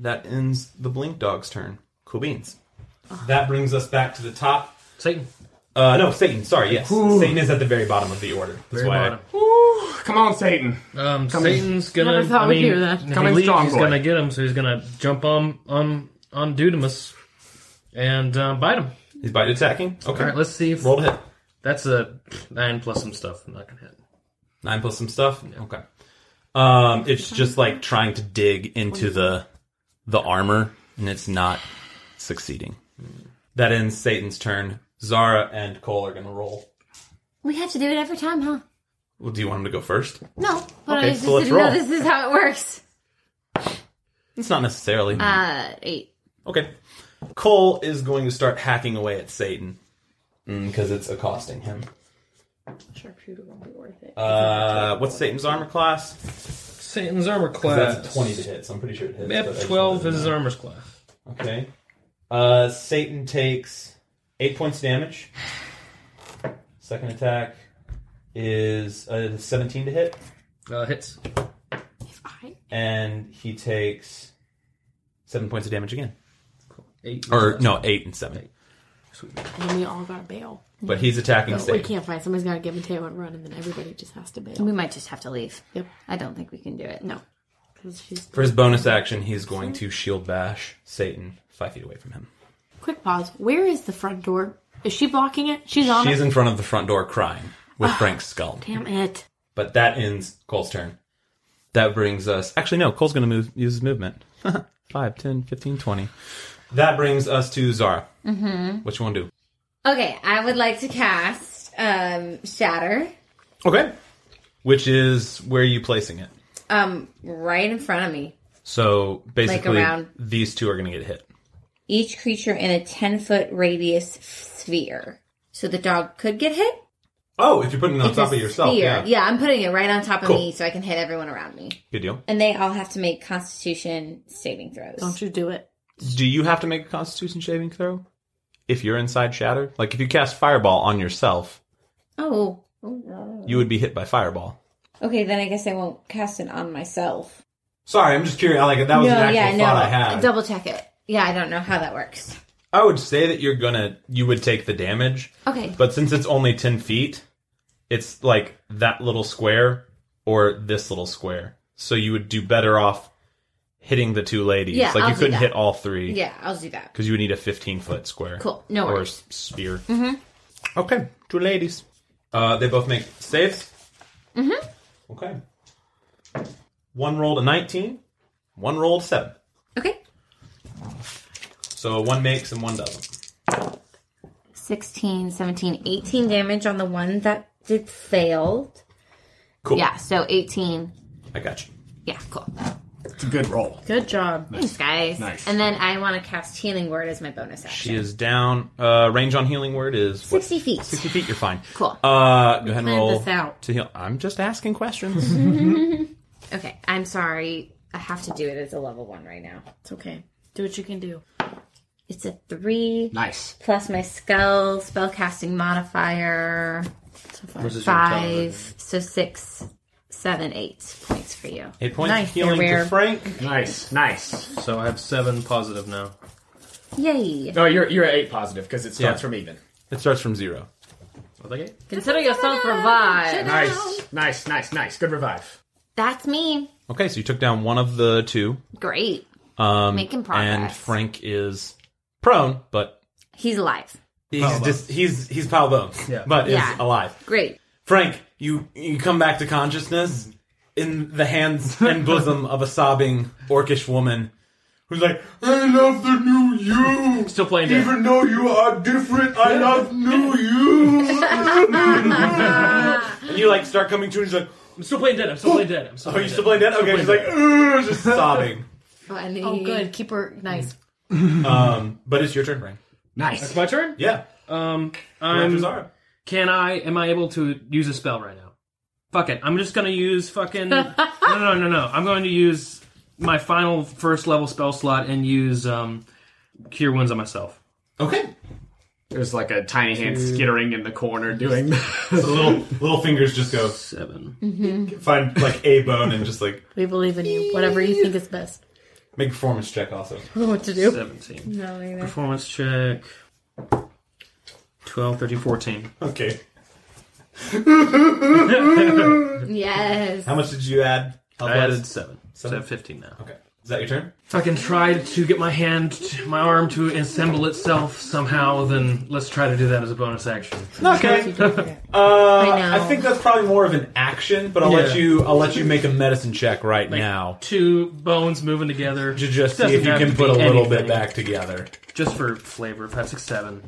Speaker 5: That ends the Blink Dog's turn. Cool beans. That brings us back to the top.
Speaker 8: Satan.
Speaker 5: Uh, no, Satan. Sorry, yes. Satan is at the very bottom of the order. That's
Speaker 8: Very
Speaker 5: why.
Speaker 8: bottom.
Speaker 7: Come on, Satan.
Speaker 8: Um, Satan's gonna.
Speaker 6: Never thought
Speaker 8: I
Speaker 6: we'd
Speaker 8: mean,
Speaker 6: hear that.
Speaker 8: if he
Speaker 7: Coming
Speaker 8: leaves,
Speaker 7: strong,
Speaker 8: he's
Speaker 7: boy.
Speaker 8: gonna get him, so he's gonna jump on on on Dudamus and um, bite him.
Speaker 5: He's bite attacking. Okay.
Speaker 8: All right, let's see if
Speaker 5: Roll to hit.
Speaker 8: that's a nine plus some stuff. I'm not gonna hit.
Speaker 5: Nine plus some stuff. Okay. Um, it's just like trying to dig into the the armor, and it's not succeeding. That ends Satan's turn. Zara and Cole are gonna roll.
Speaker 3: We have to do it every time, huh?
Speaker 5: Well, do you want him to go first?
Speaker 3: No, but
Speaker 5: Okay,
Speaker 3: I just
Speaker 5: so let's
Speaker 3: didn't know
Speaker 5: roll.
Speaker 3: this is how it works.
Speaker 5: It's not necessarily.
Speaker 3: Uh, eight.
Speaker 5: Okay. Cole is going to start hacking away at Satan because it's accosting him.
Speaker 6: Sharpshooter won't be worth it.
Speaker 5: Uh, what's Satan's armor class? 'Cause
Speaker 8: Satan's armor class.
Speaker 5: That's a 20 to hit, so I'm pretty sure it hits. but I
Speaker 8: Yep,
Speaker 5: just
Speaker 8: twelve
Speaker 5: wanted
Speaker 8: is
Speaker 5: to
Speaker 8: his
Speaker 5: know.
Speaker 8: armor class.
Speaker 5: Okay. Uh, Satan takes 8 points damage. Second attack is uh, 17 to hit.
Speaker 8: Uh, hits.
Speaker 6: I-
Speaker 5: And he takes 7 points of damage again.
Speaker 8: Eight.
Speaker 5: Or, no, 8 and 7.
Speaker 6: and we all gotta bail.
Speaker 5: But he's attacking
Speaker 6: We
Speaker 5: Satan.
Speaker 6: can't fight. Somebody's gotta give Mateo a run, and then everybody just has to bail.
Speaker 3: We might just have to leave.
Speaker 6: Yep.
Speaker 3: I don't think we can do it.
Speaker 6: No, because she's
Speaker 5: For his bonus action, he's going to shield bash Satan 5 feet away from him.
Speaker 6: quick. Pause. Where is the front door? Is she blocking it? She's on
Speaker 5: She's
Speaker 6: it.
Speaker 5: in front of the front door crying with Frank's skull.
Speaker 6: Damn it!
Speaker 5: But that ends Cole's turn. That brings us. Actually, no, Cole's going to move use his movement. (laughs) 5, 10, 15, 20. That brings us to Zara. Mm-hmm. What you want to do?
Speaker 3: Okay, I would like to cast um Shatter
Speaker 5: Okay. Which is where are you placing it?
Speaker 3: um right in front of me.
Speaker 5: So basically,
Speaker 3: around-
Speaker 5: these two are going to get hit.
Speaker 3: Each creature in a ten foot radius sphere. So the dog could get hit.
Speaker 5: Oh, if you're putting it on
Speaker 3: It's
Speaker 5: top
Speaker 3: a
Speaker 5: of yourself.
Speaker 3: sphere.
Speaker 5: Yeah.
Speaker 3: I'm putting it right on top of
Speaker 5: Cool.
Speaker 3: me so I can hit everyone around me.
Speaker 5: Good deal.
Speaker 3: And they all have to make Constitution saving throws.
Speaker 6: Don't you do it?
Speaker 5: Do you have to make a constitution saving throw if you're inside Shatter? Like if you cast Fireball on yourself,
Speaker 3: Oh. Oh, no.
Speaker 5: you would be hit by Fireball.
Speaker 3: Okay, then I guess I won't cast it on myself.
Speaker 5: Sorry, I'm just curious. Like that was an actual thought I had.
Speaker 3: Double check it. Yeah, I don't know how that works.
Speaker 5: I would say that you're gonna you would take the damage,
Speaker 3: Okay.
Speaker 5: but since it's only ten feet, it's like that little square or this little square. So you would do better off hitting the two ladies.
Speaker 3: Yeah,
Speaker 5: like
Speaker 3: I'll
Speaker 5: you
Speaker 3: do
Speaker 5: couldn't
Speaker 3: that.
Speaker 5: hit all three.
Speaker 3: Yeah, I'll do that.
Speaker 5: Because you would need a 15 foot square.
Speaker 3: Cool. No
Speaker 5: Or a
Speaker 3: worries.
Speaker 5: s- sphere. Mm-hmm. Okay. Two ladies. Uh, they both make saves. Mm-hmm. Okay. One rolled a 19, one rolled seven.
Speaker 3: Okay.
Speaker 5: So one makes and one doesn't.
Speaker 3: 16, 17, 18 damage on the one that did failed.
Speaker 5: Cool.
Speaker 3: Yeah, so 18.
Speaker 5: I got you.
Speaker 3: Yeah, cool.
Speaker 7: It's a good roll.
Speaker 6: Good job.
Speaker 3: Thanks, guys.
Speaker 7: Nice.
Speaker 3: And then I want to cast Healing Word as my bonus action.
Speaker 5: She is down. Uh, range on healing word is what?
Speaker 3: 60 feet.
Speaker 5: 60 feet. You're fine.
Speaker 3: Cool.
Speaker 5: Uh, go ahead and
Speaker 6: planned
Speaker 5: roll
Speaker 6: this out.
Speaker 5: to heal. I'm just asking questions.
Speaker 3: Okay, I'm sorry. I have to do it as a level one right now.
Speaker 6: It's okay. Do what you can do.
Speaker 3: It's a three
Speaker 7: Nice.
Speaker 3: plus my skull spellcasting modifier five, so six, seven, eight points for you.
Speaker 5: Eight points
Speaker 6: Nice,
Speaker 5: of healing
Speaker 3: they're rare.
Speaker 5: to Frank.
Speaker 7: Nice. Nice.
Speaker 8: So I have seven positive now.
Speaker 3: Yay!
Speaker 7: No, you're you're at eight positive because it starts
Speaker 5: Yeah.
Speaker 7: from even.
Speaker 5: It starts from zero.
Speaker 8: Are they eight?
Speaker 6: Consider yourself revived.
Speaker 7: Nice. Nice. Nice. Nice. Good revive.
Speaker 3: That's me.
Speaker 5: Okay, so you took down one of the two.
Speaker 3: Great.
Speaker 5: Um,
Speaker 3: Making progress.
Speaker 5: And Frank is prone, but
Speaker 3: He's alive.
Speaker 5: he's
Speaker 8: Powell
Speaker 5: just he's he's Powell Bones,
Speaker 8: Yeah.
Speaker 5: but
Speaker 3: Yeah.
Speaker 5: is alive.
Speaker 3: Great.
Speaker 5: Frank, you you come back to consciousness in the hands and bosom of a sobbing orcish woman who's like, "I love the new you."
Speaker 8: Still playing dead.
Speaker 5: Even though you are different, I love new you. and you like start coming to, and she's like,
Speaker 8: I'm still playing dead. I'm still playing dead. I'm still
Speaker 5: "Oh, you still playing that?" Okay, she's like, "Ugh," just sobbing.
Speaker 3: Funny.
Speaker 6: Oh, good. Keep her nice.
Speaker 5: Um, but it's your turn, Frank.
Speaker 7: Nice.
Speaker 8: My turn.
Speaker 5: Yeah,
Speaker 8: Um,
Speaker 5: Raptors
Speaker 8: I'm.
Speaker 5: are.
Speaker 8: Can I? Am I able to use a spell right now? Fuck it. I'm just gonna use fucking. no, no, no, no, no. I'm going to use my final first level spell slot and use um, cure wounds on myself.
Speaker 5: Okay.
Speaker 7: There's like a tiny hand skittering in the corner doing (laughs)
Speaker 5: The little little fingers just go
Speaker 8: Seven.
Speaker 5: find like a bone and just like
Speaker 6: We believe in you. Whatever you think is best.
Speaker 5: make a performance check also.
Speaker 6: I don't know (laughs) what to do.
Speaker 8: 17. Performance check. 12, 13, 14.
Speaker 5: Okay.
Speaker 3: Yes.
Speaker 5: How much did you add?
Speaker 8: I added 7. So I
Speaker 5: Seven.
Speaker 8: have 15 now.
Speaker 5: Okay. Is that your turn?
Speaker 8: Fucking tried to get my hand, my arm to assemble itself somehow, then let's try to do that as a bonus action.
Speaker 5: Okay. Uh,
Speaker 3: know.
Speaker 5: I, think that's probably more of an action, but I'll let
Speaker 8: Yeah.
Speaker 5: you. I'll let you make a medicine check right now
Speaker 8: Two bones moving together.
Speaker 5: to just see
Speaker 8: Doesn't
Speaker 5: if you
Speaker 8: have
Speaker 5: can
Speaker 8: to
Speaker 5: put
Speaker 8: be
Speaker 5: a little
Speaker 8: anything.
Speaker 5: bit back together.
Speaker 8: Just for flavor, five, six, seven.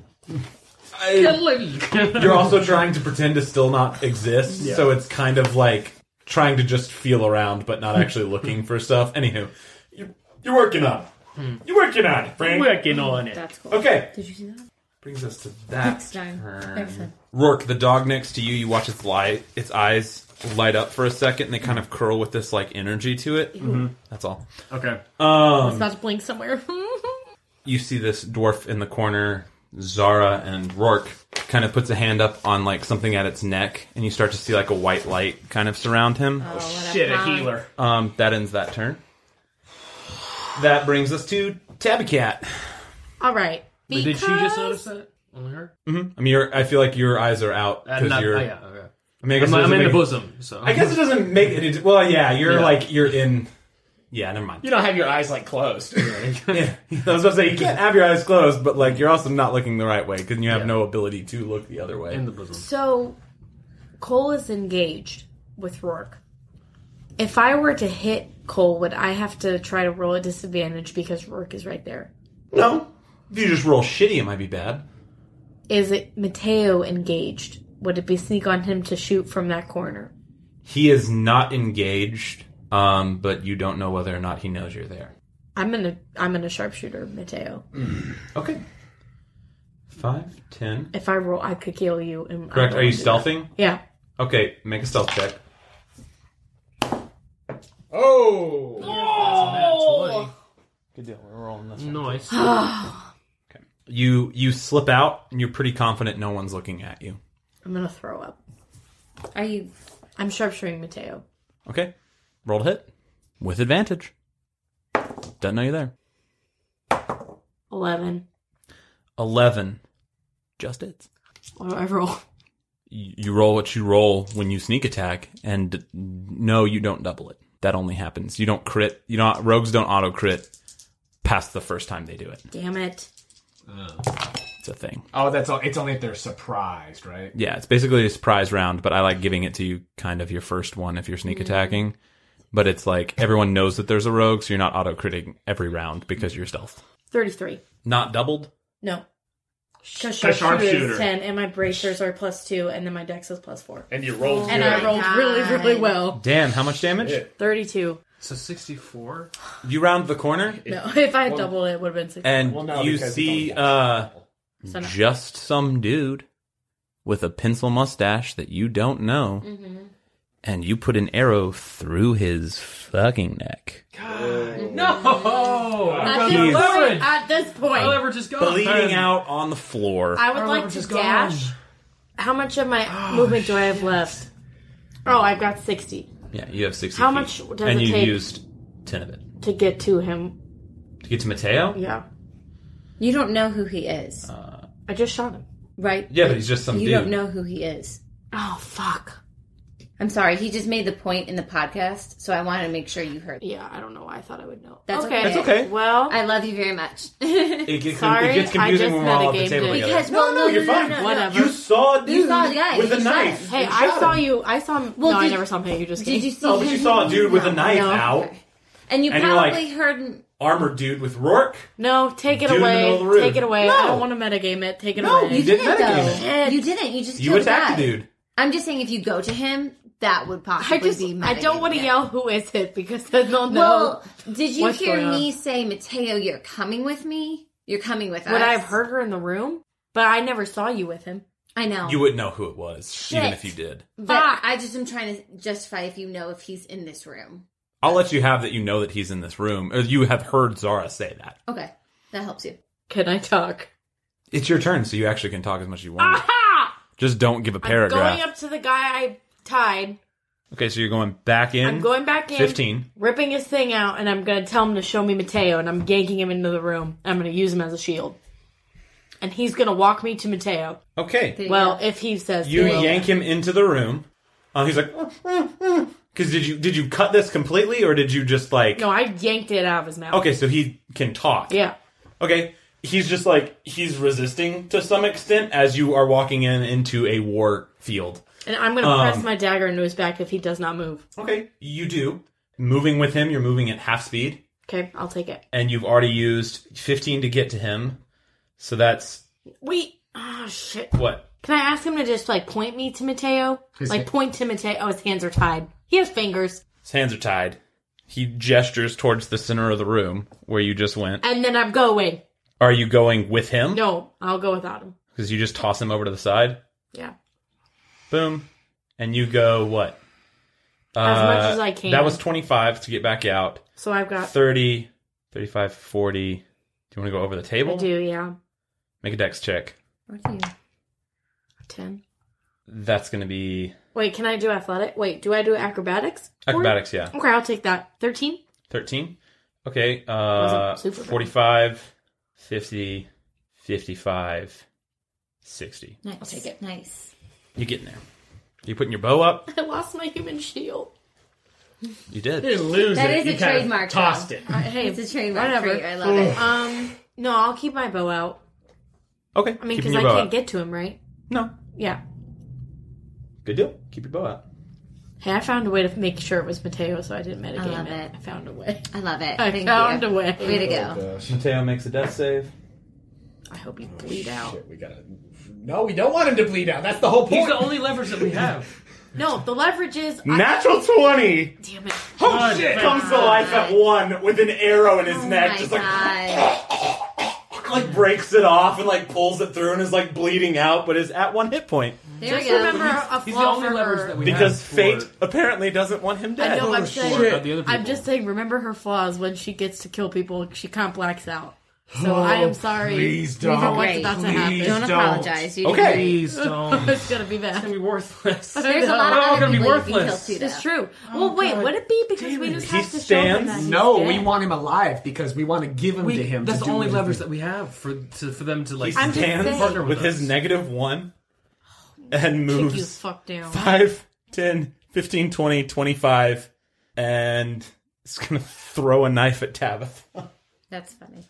Speaker 5: I- (laughs) you're also trying to pretend to still not exist, so it's kind of like trying to just feel around but not actually looking for stuff. Anywho, you're, you're working on. it. You're working on it, Frank.
Speaker 8: Working on it.
Speaker 6: That's cool.
Speaker 5: Okay.
Speaker 6: Did you see that?
Speaker 5: Brings us to that
Speaker 6: Next time.
Speaker 5: turn.
Speaker 6: Excellent.
Speaker 5: Rourke, the dog next to you, you watch its light, its eyes light up for a second, and they kind of curl with this like energy to it.
Speaker 6: Mm-hmm.
Speaker 5: That's all.
Speaker 7: Okay.
Speaker 6: It's about to blink somewhere. (laughs)
Speaker 5: You see this dwarf in the corner, Zara and Rourke, kind of puts a hand up on like something at its neck, and you start to see like a white light kind of surround him.
Speaker 3: Oh,
Speaker 7: Shit, a healer.
Speaker 8: Oh.
Speaker 5: Um, that ends that turn. That brings us to Tabby Cat.
Speaker 6: All right.
Speaker 8: Wait, Did she just notice that? On her?
Speaker 5: I mean, your I feel like your eyes are out
Speaker 8: Uh,
Speaker 5: because
Speaker 8: not-
Speaker 5: you're.
Speaker 8: oh, yeah, okay.
Speaker 5: I mean, I guess
Speaker 8: I'm,
Speaker 5: it
Speaker 8: I'm
Speaker 5: doesn't
Speaker 8: in the
Speaker 5: make-
Speaker 8: bosom, so. (laughs)
Speaker 5: I guess it doesn't make it. Well, yeah, you're
Speaker 8: Yeah.
Speaker 5: like you're in. Yeah, never mind.
Speaker 7: You don't have your eyes like closed.
Speaker 5: Yeah, (laughs) I was about to say you can't have your eyes closed, but like you're also not looking the right way because you have no ability to look the other way.
Speaker 8: in the bosom.
Speaker 6: So, Cole is engaged with Rourke. If I were to hit Cole, would I have to try to roll a disadvantage because Rourke is right there?
Speaker 5: no, if you just roll shitty, it might be bad.
Speaker 6: Is it Mateo engaged? Would it be sneak on him to shoot from that corner?
Speaker 5: He is not engaged, um, but you don't know whether or not he knows you're there.
Speaker 6: I'm gonna I'm gonna sharpshooter Mateo.
Speaker 5: Okay, five, ten.
Speaker 6: If I roll, I could kill you. And I
Speaker 5: Correct.
Speaker 6: don't
Speaker 5: Are you
Speaker 6: wanna do that.
Speaker 5: stealthing?
Speaker 6: Yeah.
Speaker 5: Okay, make a stealth check.
Speaker 7: (laughs) oh.
Speaker 5: Good deal. We're rolling this.
Speaker 8: Nice.
Speaker 5: You you slip out, and you're pretty confident no one's looking at you.
Speaker 6: I'm gonna throw up.
Speaker 3: Are you?
Speaker 6: I'm sharpshooting Mateo.
Speaker 5: Okay. Roll to hit. With advantage. Doesn't know you're there.
Speaker 6: Eleven.
Speaker 5: 11. Just hits.
Speaker 6: What do I roll?
Speaker 5: You you roll what you roll when you sneak attack, and no, you don't double it. That only happens. You don't crit. You don't. Rogues don't auto crit past the first time they do it.
Speaker 6: Damn it.
Speaker 5: It's a thing.
Speaker 7: Oh, that's all. It's only if they're surprised, right?
Speaker 5: Yeah, it's basically a surprise round, but I like giving it to you kind of your first one if you're sneak attacking. But it's like everyone knows that there's a rogue, so you're not auto critting every round because you're stealth.
Speaker 6: 33.
Speaker 5: Not doubled.
Speaker 6: No. Because
Speaker 7: Cause
Speaker 6: sharpshooter
Speaker 7: sharpshooter.
Speaker 6: is 10, and my bracers are plus 2, and then my dex is plus 4.
Speaker 7: And you
Speaker 1: Oh
Speaker 7: rolled
Speaker 6: And I
Speaker 7: good.
Speaker 6: rolled really, really well.
Speaker 5: Damn, how much damage?
Speaker 6: 32.
Speaker 8: (gasps) So 64?
Speaker 5: You round the corner
Speaker 6: No, (laughs) if I had doubled it, it would have been 6.
Speaker 5: and
Speaker 7: Well, no,
Speaker 5: you
Speaker 7: because it's
Speaker 5: see
Speaker 7: only
Speaker 5: uh,
Speaker 6: So no.
Speaker 5: just some dude with a pencil mustache that you don't know, and you put an arrow through his fucking neck.
Speaker 8: No!
Speaker 5: Jeez.
Speaker 6: At this,
Speaker 8: leverage!
Speaker 6: point, at this point,
Speaker 8: My leverage is gone.
Speaker 5: Bleeding out on the floor.
Speaker 6: I would
Speaker 8: Our
Speaker 6: like
Speaker 8: leverage
Speaker 6: to
Speaker 8: is gone.
Speaker 6: dash. How much of my movement do I have left? Oh, I've got 60
Speaker 5: Yeah, you have 60
Speaker 6: How
Speaker 5: feet.
Speaker 6: much does
Speaker 5: And
Speaker 6: it
Speaker 5: you
Speaker 6: take?
Speaker 5: used 10 of it.
Speaker 6: to get to him.
Speaker 5: To get to Mateo?
Speaker 6: Yeah.
Speaker 3: You don't know who he is,
Speaker 6: I just shot him.
Speaker 3: right?
Speaker 5: Uh, Yeah, but he's just some
Speaker 3: you
Speaker 5: dude.
Speaker 3: don't know who he is.
Speaker 6: Oh, fuck.
Speaker 3: I'm sorry. He just made the point in the podcast, so I wanted to make sure you heard.
Speaker 6: Yeah, I don't know why I thought I would know.
Speaker 3: That's okay.
Speaker 5: That's okay.
Speaker 6: Well,
Speaker 3: I love you very much. (laughs)
Speaker 5: It, gets-
Speaker 6: Sorry,
Speaker 5: it gets
Speaker 6: I just
Speaker 5: confusing when we're all at the
Speaker 6: metagameded.
Speaker 5: table together.
Speaker 3: because well, no, no, no, no, no, no.
Speaker 6: whatever.
Speaker 5: saw a dude
Speaker 3: You saw a guy. You shot him.
Speaker 6: hey, I saw you. I saw him.
Speaker 3: Well,
Speaker 6: no, I
Speaker 3: did-
Speaker 6: never saw him. You just
Speaker 3: Did you
Speaker 6: kidding.
Speaker 3: see?
Speaker 5: No, but
Speaker 3: him?
Speaker 5: you saw a dude with a knife
Speaker 6: No.
Speaker 5: out.
Speaker 3: Okay. And you
Speaker 5: And you're like-
Speaker 3: probably heard. him-
Speaker 5: Armored dude with Rourke.
Speaker 6: No, take it
Speaker 5: Dude in the middle
Speaker 6: away.
Speaker 5: of the room.
Speaker 6: Take it away. I
Speaker 5: No.
Speaker 6: don't want to metagame it. Take it
Speaker 5: No,
Speaker 6: away.
Speaker 5: you didn't
Speaker 3: though.
Speaker 5: metagame it.
Speaker 6: Shit.
Speaker 3: You didn't. You just
Speaker 5: You
Speaker 3: killed
Speaker 5: attacked
Speaker 3: a
Speaker 5: a
Speaker 3: guy.
Speaker 5: dude.
Speaker 3: I'm just saying, if you go to him, that would
Speaker 6: I
Speaker 3: possibly
Speaker 6: just.
Speaker 3: be.
Speaker 6: I don't want to
Speaker 3: metagame.
Speaker 6: yell. Who is it? Because I don't know.
Speaker 3: Well, did you
Speaker 6: What's
Speaker 3: hear
Speaker 6: going on?
Speaker 3: me say, Mateo, you're coming with me? You're coming with us.
Speaker 6: Would I have heard her in the room? But I never saw you with him.
Speaker 3: I know.
Speaker 5: You wouldn't know who it was, even
Speaker 3: Shit.
Speaker 5: if you did.
Speaker 3: but
Speaker 6: Fuck.
Speaker 3: I just am trying to justify if you know if he's in this room.
Speaker 5: I'll let you have that you know that he's in this room. Or you have heard Zara say that.
Speaker 3: Okay. That helps you.
Speaker 6: Can I talk?
Speaker 5: It's your turn, so you actually can talk as much as you want.
Speaker 6: Aha!
Speaker 5: Just don't give a
Speaker 6: Ah! I'm
Speaker 5: paragraph.
Speaker 6: going up to the guy I tied.
Speaker 5: Okay, so you're going back in.
Speaker 6: I'm going back in.
Speaker 5: 15.
Speaker 6: Ripping his thing out, and I'm gonna tell him to show me Mateo, and I'm yanking him into the room. I'm gonna use him as a shield. And he's gonna walk me to Mateo.
Speaker 5: Okay.
Speaker 3: There you
Speaker 6: Well,
Speaker 3: go.
Speaker 6: if he says
Speaker 5: You
Speaker 6: he will.
Speaker 5: yank him into the room. Uh, he's like, (laughs) because did you did you cut this completely or did you just like?
Speaker 6: No, I yanked it out of his mouth.
Speaker 5: Okay, so he can talk.
Speaker 6: Yeah.
Speaker 5: Okay, he's just like he's resisting to some extent as you are walking in into a war field.
Speaker 6: And I'm gonna press
Speaker 5: Um,
Speaker 6: my dagger into his back if he does not move.
Speaker 5: Okay, you do moving with him. You're moving at half speed,
Speaker 6: Okay, I'll take it.
Speaker 5: and you've already used 15 to get to him. So that's
Speaker 6: Wait. Oh shit.
Speaker 5: what
Speaker 6: Can I ask him to just like point me to Mateo? like point to Mateo. Oh, his hands are tied. He has fingers.
Speaker 5: his hands are tied. He gestures towards the center of the room where you just went.
Speaker 6: And then I'm going.
Speaker 5: Are you going with him?
Speaker 6: No, I'll go without him.
Speaker 5: because you just toss him over to the side.
Speaker 6: Yeah.
Speaker 5: boom, and you go what? Uh,
Speaker 6: As much as I can.
Speaker 5: That was 25 to get back out.
Speaker 6: So I've got.
Speaker 5: 30, 35, 40. Do you want to go over the
Speaker 6: I
Speaker 5: table?
Speaker 6: do. Yeah.
Speaker 5: Make a dex check.
Speaker 3: What do you?
Speaker 6: Ten.
Speaker 5: That's going to be
Speaker 6: Wait, can I do athletic? Wait, do I do acrobatics?
Speaker 5: acrobatics, yeah.
Speaker 6: Okay, I'll take that. 13?
Speaker 5: 13. Okay, uh,
Speaker 6: Wasn't super bad.
Speaker 5: 45, 50, 55, 60.
Speaker 3: Nice. I'll take it. Nice.
Speaker 5: You getting there. You putting your bow up?
Speaker 6: (laughs) I lost my human shield.
Speaker 5: You did.
Speaker 7: You lose
Speaker 3: That
Speaker 7: it,
Speaker 3: is
Speaker 7: you
Speaker 3: a
Speaker 7: kinda
Speaker 3: trademark,
Speaker 7: Tossed
Speaker 3: though.
Speaker 7: it.
Speaker 6: hey,
Speaker 3: It's a trademark
Speaker 6: whatever.
Speaker 3: trait. I love it.
Speaker 6: Um, no, I'll keep my bow out.
Speaker 5: Okay.
Speaker 6: I
Speaker 5: keeping
Speaker 6: mean, because
Speaker 5: your
Speaker 6: I
Speaker 5: bow
Speaker 6: can't
Speaker 5: up.
Speaker 6: get to him, right?
Speaker 5: No.
Speaker 6: Yeah.
Speaker 5: Good deal. Keep your bow up.
Speaker 6: Hey, I found a way to make sure it was Mateo, so I didn't metagame
Speaker 3: I love
Speaker 6: it.
Speaker 3: it.
Speaker 6: I found a way.
Speaker 3: I love it.
Speaker 6: I
Speaker 3: Thank
Speaker 6: found
Speaker 3: you.
Speaker 6: a way.
Speaker 3: Way to go.
Speaker 7: Oh,
Speaker 5: Mateo makes a death save.
Speaker 6: I hope you bleed out.
Speaker 7: Shit, we gotta. No, we don't want him to bleed out. That's the whole
Speaker 8: He's
Speaker 7: point.
Speaker 8: the only leverage that we have.
Speaker 6: No, the leverage is. I-
Speaker 5: Natural 20!
Speaker 6: Damn it.
Speaker 8: God,
Speaker 7: shit.
Speaker 8: thank-
Speaker 5: comes to life at one with an arrow in his
Speaker 3: Oh
Speaker 5: neck,
Speaker 3: my
Speaker 5: just like
Speaker 3: God.
Speaker 5: like breaks it off and like pulls it through and is like bleeding out, but is at one hit point
Speaker 3: There
Speaker 6: Just
Speaker 3: we go.
Speaker 6: remember a
Speaker 8: He's the
Speaker 6: flaw
Speaker 8: only
Speaker 6: for
Speaker 8: leverage
Speaker 6: her.
Speaker 8: that we
Speaker 5: because
Speaker 8: have. for-
Speaker 5: fate apparently doesn't want him
Speaker 6: I
Speaker 5: dead.
Speaker 6: know, I'm
Speaker 8: short of the
Speaker 6: saying.
Speaker 8: other
Speaker 6: I'm
Speaker 8: people.
Speaker 6: just saying, remember her flaws when she gets to kill people. She kind of blacks out. So I am sorry.
Speaker 7: Oh, please
Speaker 6: We don't
Speaker 7: don't.
Speaker 6: want that to
Speaker 7: Please
Speaker 6: happen.
Speaker 3: Don't apologize. You
Speaker 5: Okay.
Speaker 3: did
Speaker 8: Please don't.
Speaker 6: (laughs)
Speaker 8: It's
Speaker 6: It's gonna be
Speaker 8: gonna
Speaker 6: bad.
Speaker 8: be worthless.
Speaker 3: There's a lot
Speaker 8: We're all
Speaker 3: of
Speaker 8: gonna
Speaker 3: other
Speaker 8: be
Speaker 3: people Oh, you can kill
Speaker 8: worthless.
Speaker 3: too, though.
Speaker 6: (laughs) It's true. well, wait, would it be because we just
Speaker 5: He
Speaker 6: have to show him
Speaker 5: stands-
Speaker 6: that he's
Speaker 7: No, we
Speaker 6: dead?
Speaker 7: want him alive because we want to give him to
Speaker 8: We,
Speaker 7: him.
Speaker 8: that's
Speaker 7: to
Speaker 8: the
Speaker 7: do
Speaker 8: only
Speaker 7: his
Speaker 8: leverage
Speaker 7: thing.
Speaker 8: that we have for to, for them to
Speaker 5: He
Speaker 8: like.
Speaker 6: I'm just
Speaker 5: stands
Speaker 6: saying.
Speaker 5: partner with,
Speaker 8: with
Speaker 5: his
Speaker 8: us.
Speaker 5: negative one and
Speaker 6: Kick you
Speaker 5: moves
Speaker 6: fuck down.
Speaker 5: 5, 10, 15, 20, 25, and it's gonna throw a knife at Tabitha.
Speaker 3: That's funny.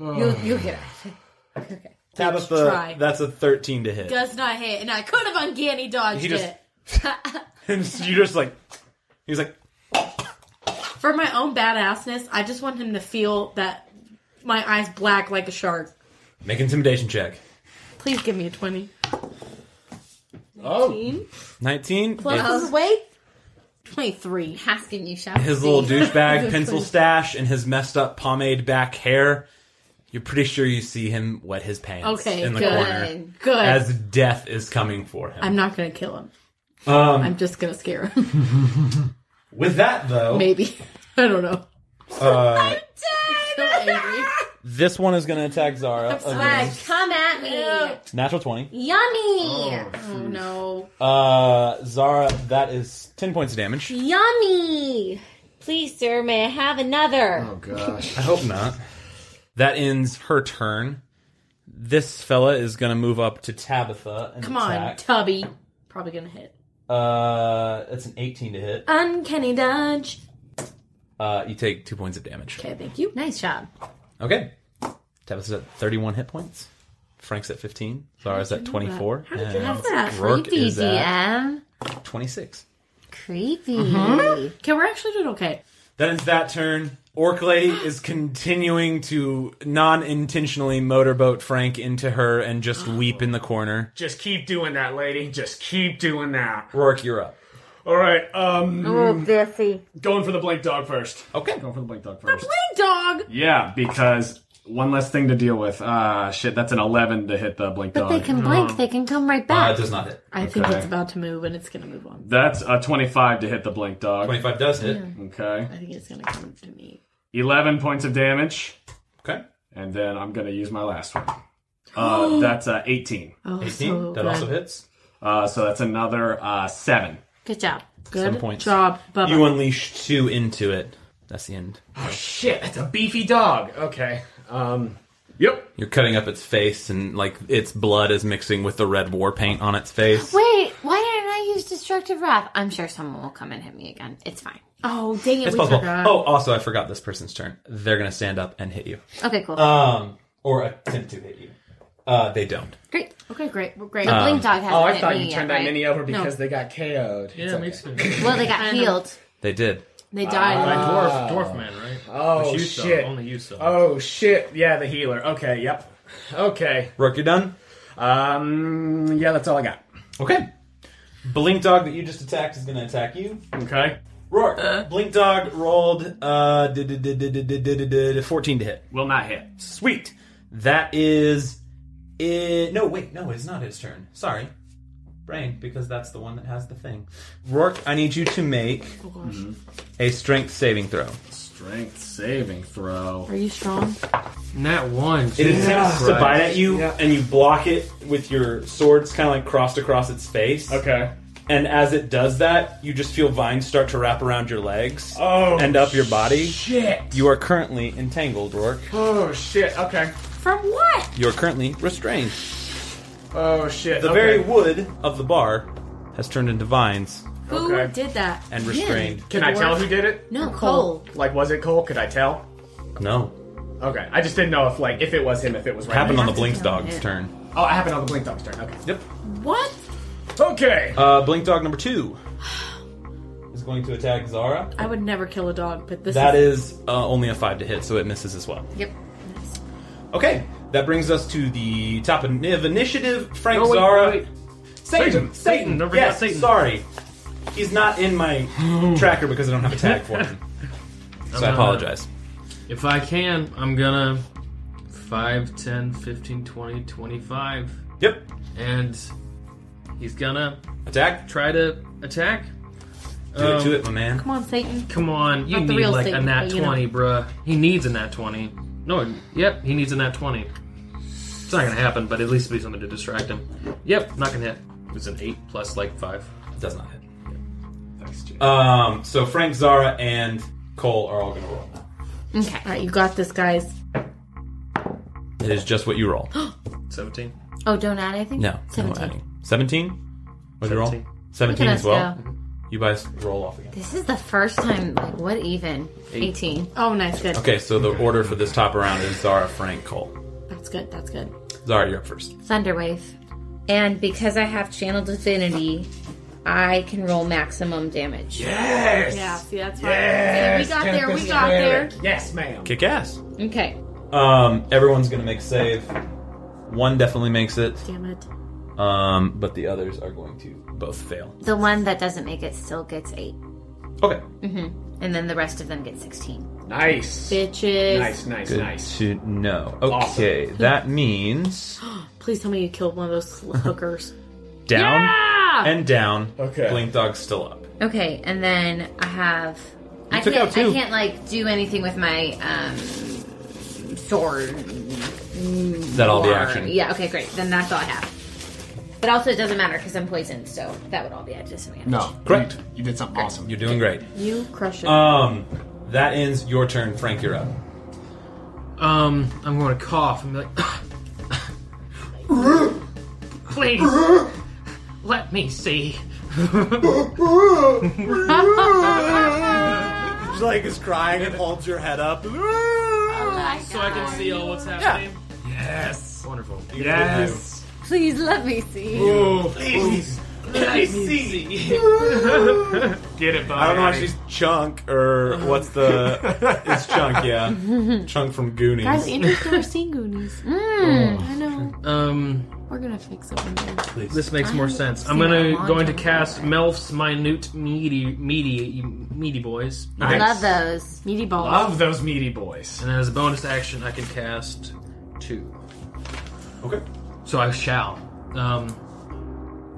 Speaker 3: You'll, you'll get it. Okay.
Speaker 5: Tabitha,
Speaker 6: try.
Speaker 5: that's a thirteen to hit.
Speaker 6: Does not hit, and I could have uncanny dodged
Speaker 5: He just-
Speaker 6: it.
Speaker 5: (laughs) And you just like, he's like,
Speaker 6: For my own badassness, I just want him to feel that my eyes black like a shark.
Speaker 5: make intimidation check.
Speaker 6: Please give me a twenty.
Speaker 7: Oh,
Speaker 6: Teen?
Speaker 5: Nineteen.
Speaker 6: Plus his weight, twenty-three.
Speaker 3: Haskin, you shall
Speaker 5: his
Speaker 3: see.
Speaker 5: little douchebag pencil stash and his messed up pomade back hair. You're pretty sure you see him wet his pants
Speaker 6: Okay,
Speaker 5: in the
Speaker 6: good.
Speaker 5: corner
Speaker 6: Good.
Speaker 5: as death is coming for him.
Speaker 6: I'm not gonna kill him.
Speaker 5: Um,
Speaker 6: I'm just gonna scare him. (laughs)
Speaker 5: With that though,
Speaker 6: Maybe. I don't know.
Speaker 5: uh,
Speaker 6: So angry.
Speaker 5: this one is going to attack Zara. again.
Speaker 3: Come at me.
Speaker 5: Natural twenty.
Speaker 3: Yummy.
Speaker 6: Oh no.
Speaker 5: Uh, Zara, that is ten points of damage.
Speaker 3: Yummy. Please, sir, may I have another?
Speaker 7: oh gosh.
Speaker 5: I hope not. That ends her turn. This fella is going to move up to Tabitha and
Speaker 6: Come on,
Speaker 5: attack.
Speaker 6: Tubby. Probably gonna hit.
Speaker 5: uh, that's an eighteen to
Speaker 6: Uh,
Speaker 5: hit.
Speaker 6: Uncanny dodge.
Speaker 5: Uh, you take two points of damage.
Speaker 6: Okay, thank you.
Speaker 3: Nice job.
Speaker 5: Okay. Tabitha's at 31 hit points. Frank's at 15. Zara's at 24.
Speaker 6: How did you have
Speaker 5: And
Speaker 6: that?
Speaker 5: Rourke
Speaker 3: Creepy
Speaker 5: is at
Speaker 3: DM.
Speaker 5: 26.
Speaker 3: Creepy.
Speaker 9: Mm-hmm.
Speaker 6: Okay, we're actually doing okay.
Speaker 5: That ends that turn. Orc Lady is continuing to non intentionally motorboat Frank into her and just weep in the corner.
Speaker 9: Oh. Just keep doing that, lady. Just keep doing that.
Speaker 5: Rourke, you're up.
Speaker 9: All right. Um,
Speaker 3: Oh, Biffy.
Speaker 9: going for the blink dog first.
Speaker 5: Okay.
Speaker 7: Go for the blink dog first.
Speaker 6: Hey, dog.
Speaker 7: Yeah, because one less thing to deal with. Ah, shit, that's an 11 to hit the blink
Speaker 3: But
Speaker 7: dog.
Speaker 3: they can blink. They can come right
Speaker 5: Uh,
Speaker 3: back.
Speaker 5: it does not hit.
Speaker 6: I think
Speaker 7: Okay.
Speaker 6: it's about to move and it's gonna move on.
Speaker 7: That's a 25 to hit the blink dog.
Speaker 5: 25 does hit.
Speaker 7: Okay.
Speaker 6: I think it's gonna come to me.
Speaker 7: 11 points of damage.
Speaker 5: Okay.
Speaker 7: And then I'm going to use my last one.
Speaker 3: (gasps)
Speaker 7: Uh, that's uh, 18.
Speaker 6: Oh,
Speaker 5: 18.
Speaker 6: so
Speaker 5: that
Speaker 6: good.
Speaker 5: also hits.
Speaker 7: Uh, so that's another uh, 7.
Speaker 3: Good job.
Speaker 6: Good
Speaker 5: points.
Speaker 6: job, Bubba.
Speaker 5: You unleash two into it. That's the end.
Speaker 9: Oh shit, that's a beefy dog. Okay. Um,
Speaker 7: Yep.
Speaker 5: You're cutting up its face, and like its blood is mixing with the red war paint on its face.
Speaker 3: Wait, why didn't I use destructive wrath? I'm sure someone will come and hit me again. It's fine.
Speaker 6: oh, dang it,
Speaker 5: It's
Speaker 6: we
Speaker 5: possible.
Speaker 6: forgot.
Speaker 5: Oh, also, I forgot this person's turn. They're gonna stand up and hit you,
Speaker 3: Okay, cool.
Speaker 5: um, or attempt to hit you. Uh, they don't.
Speaker 3: great.
Speaker 6: Okay, great. We're great.
Speaker 3: The
Speaker 5: um,
Speaker 3: blink dog hasn't
Speaker 9: oh, I
Speaker 3: hit
Speaker 9: thought
Speaker 3: me
Speaker 9: you
Speaker 3: yet,
Speaker 9: turned that
Speaker 3: right?
Speaker 9: mini over because they got KO'd.
Speaker 8: Yeah, it makes sense.
Speaker 3: Well, they got healed.
Speaker 5: They did.
Speaker 6: they died.
Speaker 8: Like
Speaker 2: uh,
Speaker 8: dwarf, dwarf man, right?
Speaker 9: Oh
Speaker 8: Which you saw,
Speaker 9: shit.
Speaker 8: only you saw.
Speaker 9: Oh shit. Yeah, the healer. Okay. Yep. Okay.
Speaker 5: Rook, you're done.
Speaker 9: Um. Yeah, that's all I got.
Speaker 5: Okay. Blink dog that you just attacked is gonna attack you.
Speaker 7: Okay.
Speaker 5: Rourke. Blink dog rolled uh did- did- did- did- did- did- did- did- fourteen to hit.
Speaker 7: Will not hit.
Speaker 5: Sweet. That is it. No, wait, no, it's not his turn. Sorry. Brain, because that's the one that has the thing. Rourke, I need you to make
Speaker 6: Oh,
Speaker 5: a strength saving throw.
Speaker 7: Strength saving throw.
Speaker 6: Are you strong?
Speaker 8: Nat one.
Speaker 5: It
Speaker 8: Jesus
Speaker 5: attempts to
Speaker 8: Christ.
Speaker 5: bite at you, and you block it with your swords, kind of like crossed across its face.
Speaker 7: Okay.
Speaker 5: And as it does that, you just feel vines start to wrap around your legs
Speaker 9: Oh,
Speaker 5: and up your body.
Speaker 9: Shit.
Speaker 5: You are currently entangled, Rourke.
Speaker 9: Oh shit. Okay.
Speaker 6: From what?
Speaker 5: You are currently restrained.
Speaker 9: Oh shit.
Speaker 5: The
Speaker 9: okay.
Speaker 5: very wood of the bar has turned into vines
Speaker 6: Who
Speaker 9: Okay.
Speaker 6: did that?
Speaker 5: and restrained.
Speaker 9: Can I tell who did it?
Speaker 6: No, Cole.
Speaker 3: Cole.
Speaker 9: Like, was it Cole? Could I tell?
Speaker 5: No.
Speaker 9: Okay. I just didn't know if like if it was him, if it was right.
Speaker 5: happened on the
Speaker 9: there.
Speaker 5: Blink Dog's turn.
Speaker 9: Oh, it happened on the blink dog's turn. Okay.
Speaker 5: Yep.
Speaker 6: What?
Speaker 9: Okay.
Speaker 5: Uh, Blink Dog number two (sighs) is going to attack Zara.
Speaker 6: I would never kill a dog, but this
Speaker 5: That
Speaker 6: is
Speaker 5: is uh, only a five to hit, so it misses as well.
Speaker 3: Yep.
Speaker 5: Okay, that brings us to the top of of initiative. Frank
Speaker 8: No, wait,
Speaker 5: Zara.
Speaker 8: wait.
Speaker 5: Satan, Satan,
Speaker 8: Satan, don't forget
Speaker 5: yes,
Speaker 8: Satan.
Speaker 5: sorry. He's not in
Speaker 8: (gasps)
Speaker 5: my tracker because I don't have a tag for
Speaker 8: (laughs)
Speaker 5: him. so I
Speaker 8: not-
Speaker 5: apologize.
Speaker 8: If I can, I'm gonna 5, 10, 15, 20, 25.
Speaker 5: Yep.
Speaker 8: And he's gonna
Speaker 5: Attack.
Speaker 8: try to attack.
Speaker 5: Do it to it, my man.
Speaker 6: Come on, Satan.
Speaker 8: Come on, you
Speaker 6: Not the
Speaker 8: need
Speaker 6: real
Speaker 8: like
Speaker 6: Satan,
Speaker 8: a nat
Speaker 6: but you
Speaker 8: 20, bruh. He needs a nat 20. No, yep, he needs a nat 20. It's not gonna happen, but at least it'll be something to distract him. Yep, not gonna hit. It's an 8 plus like 5.
Speaker 5: Does not hit.
Speaker 7: Thanks, Jay.
Speaker 5: Um, so Frank, Zara, and Cole are all going to roll.
Speaker 3: Okay.
Speaker 6: All right, you got this, guys.
Speaker 5: It is just what you roll.
Speaker 8: 17.
Speaker 3: Oh, don't add anything?
Speaker 5: No.
Speaker 3: 17.
Speaker 5: 17? What did you roll?
Speaker 8: Seventeen.
Speaker 5: 17 as well? You guys roll off again.
Speaker 3: This is the first time. Like, what even? Eighteen.
Speaker 6: Oh, nice. Good.
Speaker 5: Okay, so the order for this top round is Zara, Frank, Cole.
Speaker 6: That's good. That's good.
Speaker 5: Zara, you're up first.
Speaker 3: Thunderwave. And because I have Channel Divinity, I can roll maximum damage.
Speaker 9: Yes.
Speaker 6: Yeah. See, that's
Speaker 9: Yes.
Speaker 6: why. We got there. We
Speaker 9: Tempest
Speaker 6: got there.
Speaker 9: Spirit. Yes, ma'am.
Speaker 5: Kick ass.
Speaker 3: Okay.
Speaker 5: Um, everyone's gonna make a save. One definitely makes it.
Speaker 6: Damn it.
Speaker 5: Um, but the others are going to both fail.
Speaker 3: The one that doesn't make it still gets eight,
Speaker 5: Okay.
Speaker 3: and then the rest of them get sixteen.
Speaker 7: Nice.
Speaker 6: Bitches.
Speaker 7: Nice, nice,
Speaker 5: Good
Speaker 7: nice.
Speaker 5: to know. Okay, that (gasps) means
Speaker 6: Please tell me you killed one of those hookers.
Speaker 5: down and down.
Speaker 9: Okay.
Speaker 5: Blink dog's still up.
Speaker 3: Okay, and then I have. I
Speaker 5: took
Speaker 3: can't.
Speaker 5: out two.
Speaker 3: I can't like do anything with my um, sword
Speaker 5: That'll all be
Speaker 3: Or-
Speaker 5: action.
Speaker 3: Yeah, okay, great. Then that's all I have. But also, it doesn't matter because I'm poisoned, so that would all be at disadvantage.
Speaker 7: No.
Speaker 5: Correct.
Speaker 7: You, you did something awesome.
Speaker 5: You're doing great.
Speaker 6: You crush it.
Speaker 5: Um, that ends your turn, Frank. You're up.
Speaker 8: Um, I'm going to cough and be like, (coughs) please let me see.
Speaker 5: She like is crying and holds your head up.
Speaker 3: Oh
Speaker 8: so I can see all what's happening. Yes. Wonderful.
Speaker 7: Yes.
Speaker 3: Please let me see.
Speaker 9: (laughs)
Speaker 8: Get it, buddy.
Speaker 5: I don't know if she's Chunk or what's the? (laughs) it's Chunk, (laughs) yeah. Chunk from Goonies.
Speaker 6: Guys, Andrew's never seen Goonies. Mm. I know.
Speaker 8: Um,
Speaker 6: We're gonna fix it one day.
Speaker 8: this makes more sense. I'm
Speaker 3: seen that in
Speaker 8: gonna
Speaker 3: a long
Speaker 8: going to
Speaker 3: time.
Speaker 8: cast Melf's minute meaty meaty meaty boys,
Speaker 3: I
Speaker 7: Nice.
Speaker 3: love those.
Speaker 6: Meaty balls.
Speaker 7: Love those meaty boys.
Speaker 8: and as a bonus action, I can cast two.
Speaker 5: okay.
Speaker 8: So I shall. Um,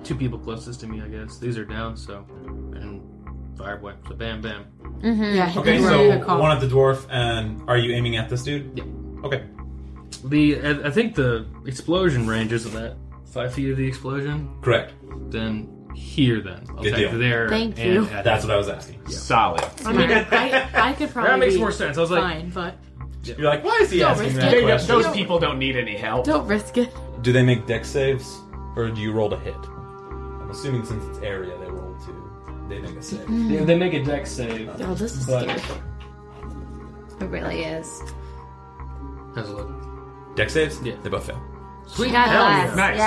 Speaker 8: two people closest to me, I guess. These are down, so and fire boy. So bam, bam.
Speaker 6: Yeah, hit
Speaker 5: Okay,
Speaker 6: the
Speaker 5: so
Speaker 6: road.
Speaker 5: one at the dwarf, and are you aiming at this dude? Yeah. Okay.
Speaker 8: The I- I think the explosion range isn't that five feet of the explosion.
Speaker 5: Correct.
Speaker 8: Then here, then I'll
Speaker 5: Good
Speaker 8: take
Speaker 5: deal.
Speaker 8: there.
Speaker 6: Thank
Speaker 8: and
Speaker 6: you.
Speaker 8: add-
Speaker 5: That's what I was asking.
Speaker 7: Solid.
Speaker 6: I mean, I, I could probably.
Speaker 8: that makes
Speaker 6: be
Speaker 8: more sense. I was like,
Speaker 6: Fine, but
Speaker 5: You're like, why is he asking
Speaker 6: risk
Speaker 5: that
Speaker 6: it.
Speaker 7: They don't-
Speaker 5: question?
Speaker 7: those people don't need any help.
Speaker 6: don't risk it.
Speaker 5: Do they make deck saves, or do you roll to hit? I'm assuming since it's area, they roll to. They make a save.
Speaker 8: (laughs) they, they make a deck save.
Speaker 6: Oh, this is
Speaker 8: But-
Speaker 6: scary.
Speaker 3: It really is.
Speaker 8: Has a look.
Speaker 5: Deck saves?
Speaker 8: Yeah.
Speaker 5: They both fail.
Speaker 8: Sweet
Speaker 3: God
Speaker 8: hell yeah.
Speaker 3: bless.
Speaker 7: Nice.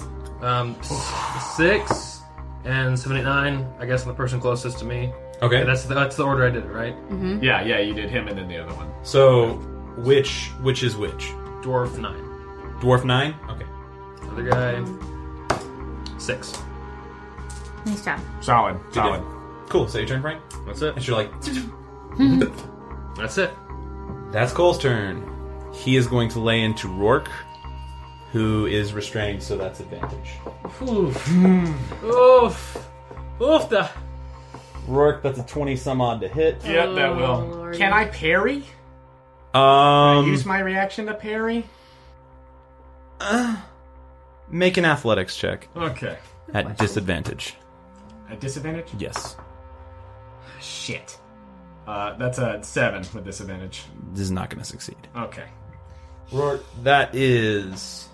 Speaker 3: Yes.
Speaker 8: Um, s- six and seventy-nine. I guess on the person closest to me.
Speaker 5: Okay.
Speaker 8: And that's the, that's the order I did it right.
Speaker 7: Yeah, yeah, you did him and then the other one.
Speaker 5: so, which which is which?
Speaker 8: Dwarf nine.
Speaker 5: Dwarf nine. Okay.
Speaker 8: Other guy six.
Speaker 3: Nice job.
Speaker 7: Solid.
Speaker 5: Good
Speaker 7: Solid.
Speaker 5: deal. Cool. So your turn, Frank.
Speaker 8: That's
Speaker 5: And
Speaker 8: it.
Speaker 5: you're like, (laughs)
Speaker 8: That's it.
Speaker 5: that's Cole's turn. He is going to lay into Rourke, who is restrained, so that's advantage.
Speaker 8: Oof. Hmm. Oof. Oof. The.
Speaker 5: Rourke, that's a twenty some odd to hit.
Speaker 7: Yep, that will.
Speaker 6: Oh,
Speaker 3: Mm.
Speaker 6: Lord.
Speaker 7: Can I parry?
Speaker 5: Um,
Speaker 7: Use my reaction to parry?
Speaker 5: make an athletics check
Speaker 7: Okay.
Speaker 5: at disadvantage.
Speaker 7: At disadvantage?
Speaker 5: Yes.
Speaker 7: Shit. Uh, that's a seven with disadvantage.
Speaker 5: This is not going to succeed.
Speaker 7: Okay.
Speaker 5: Rourke, that is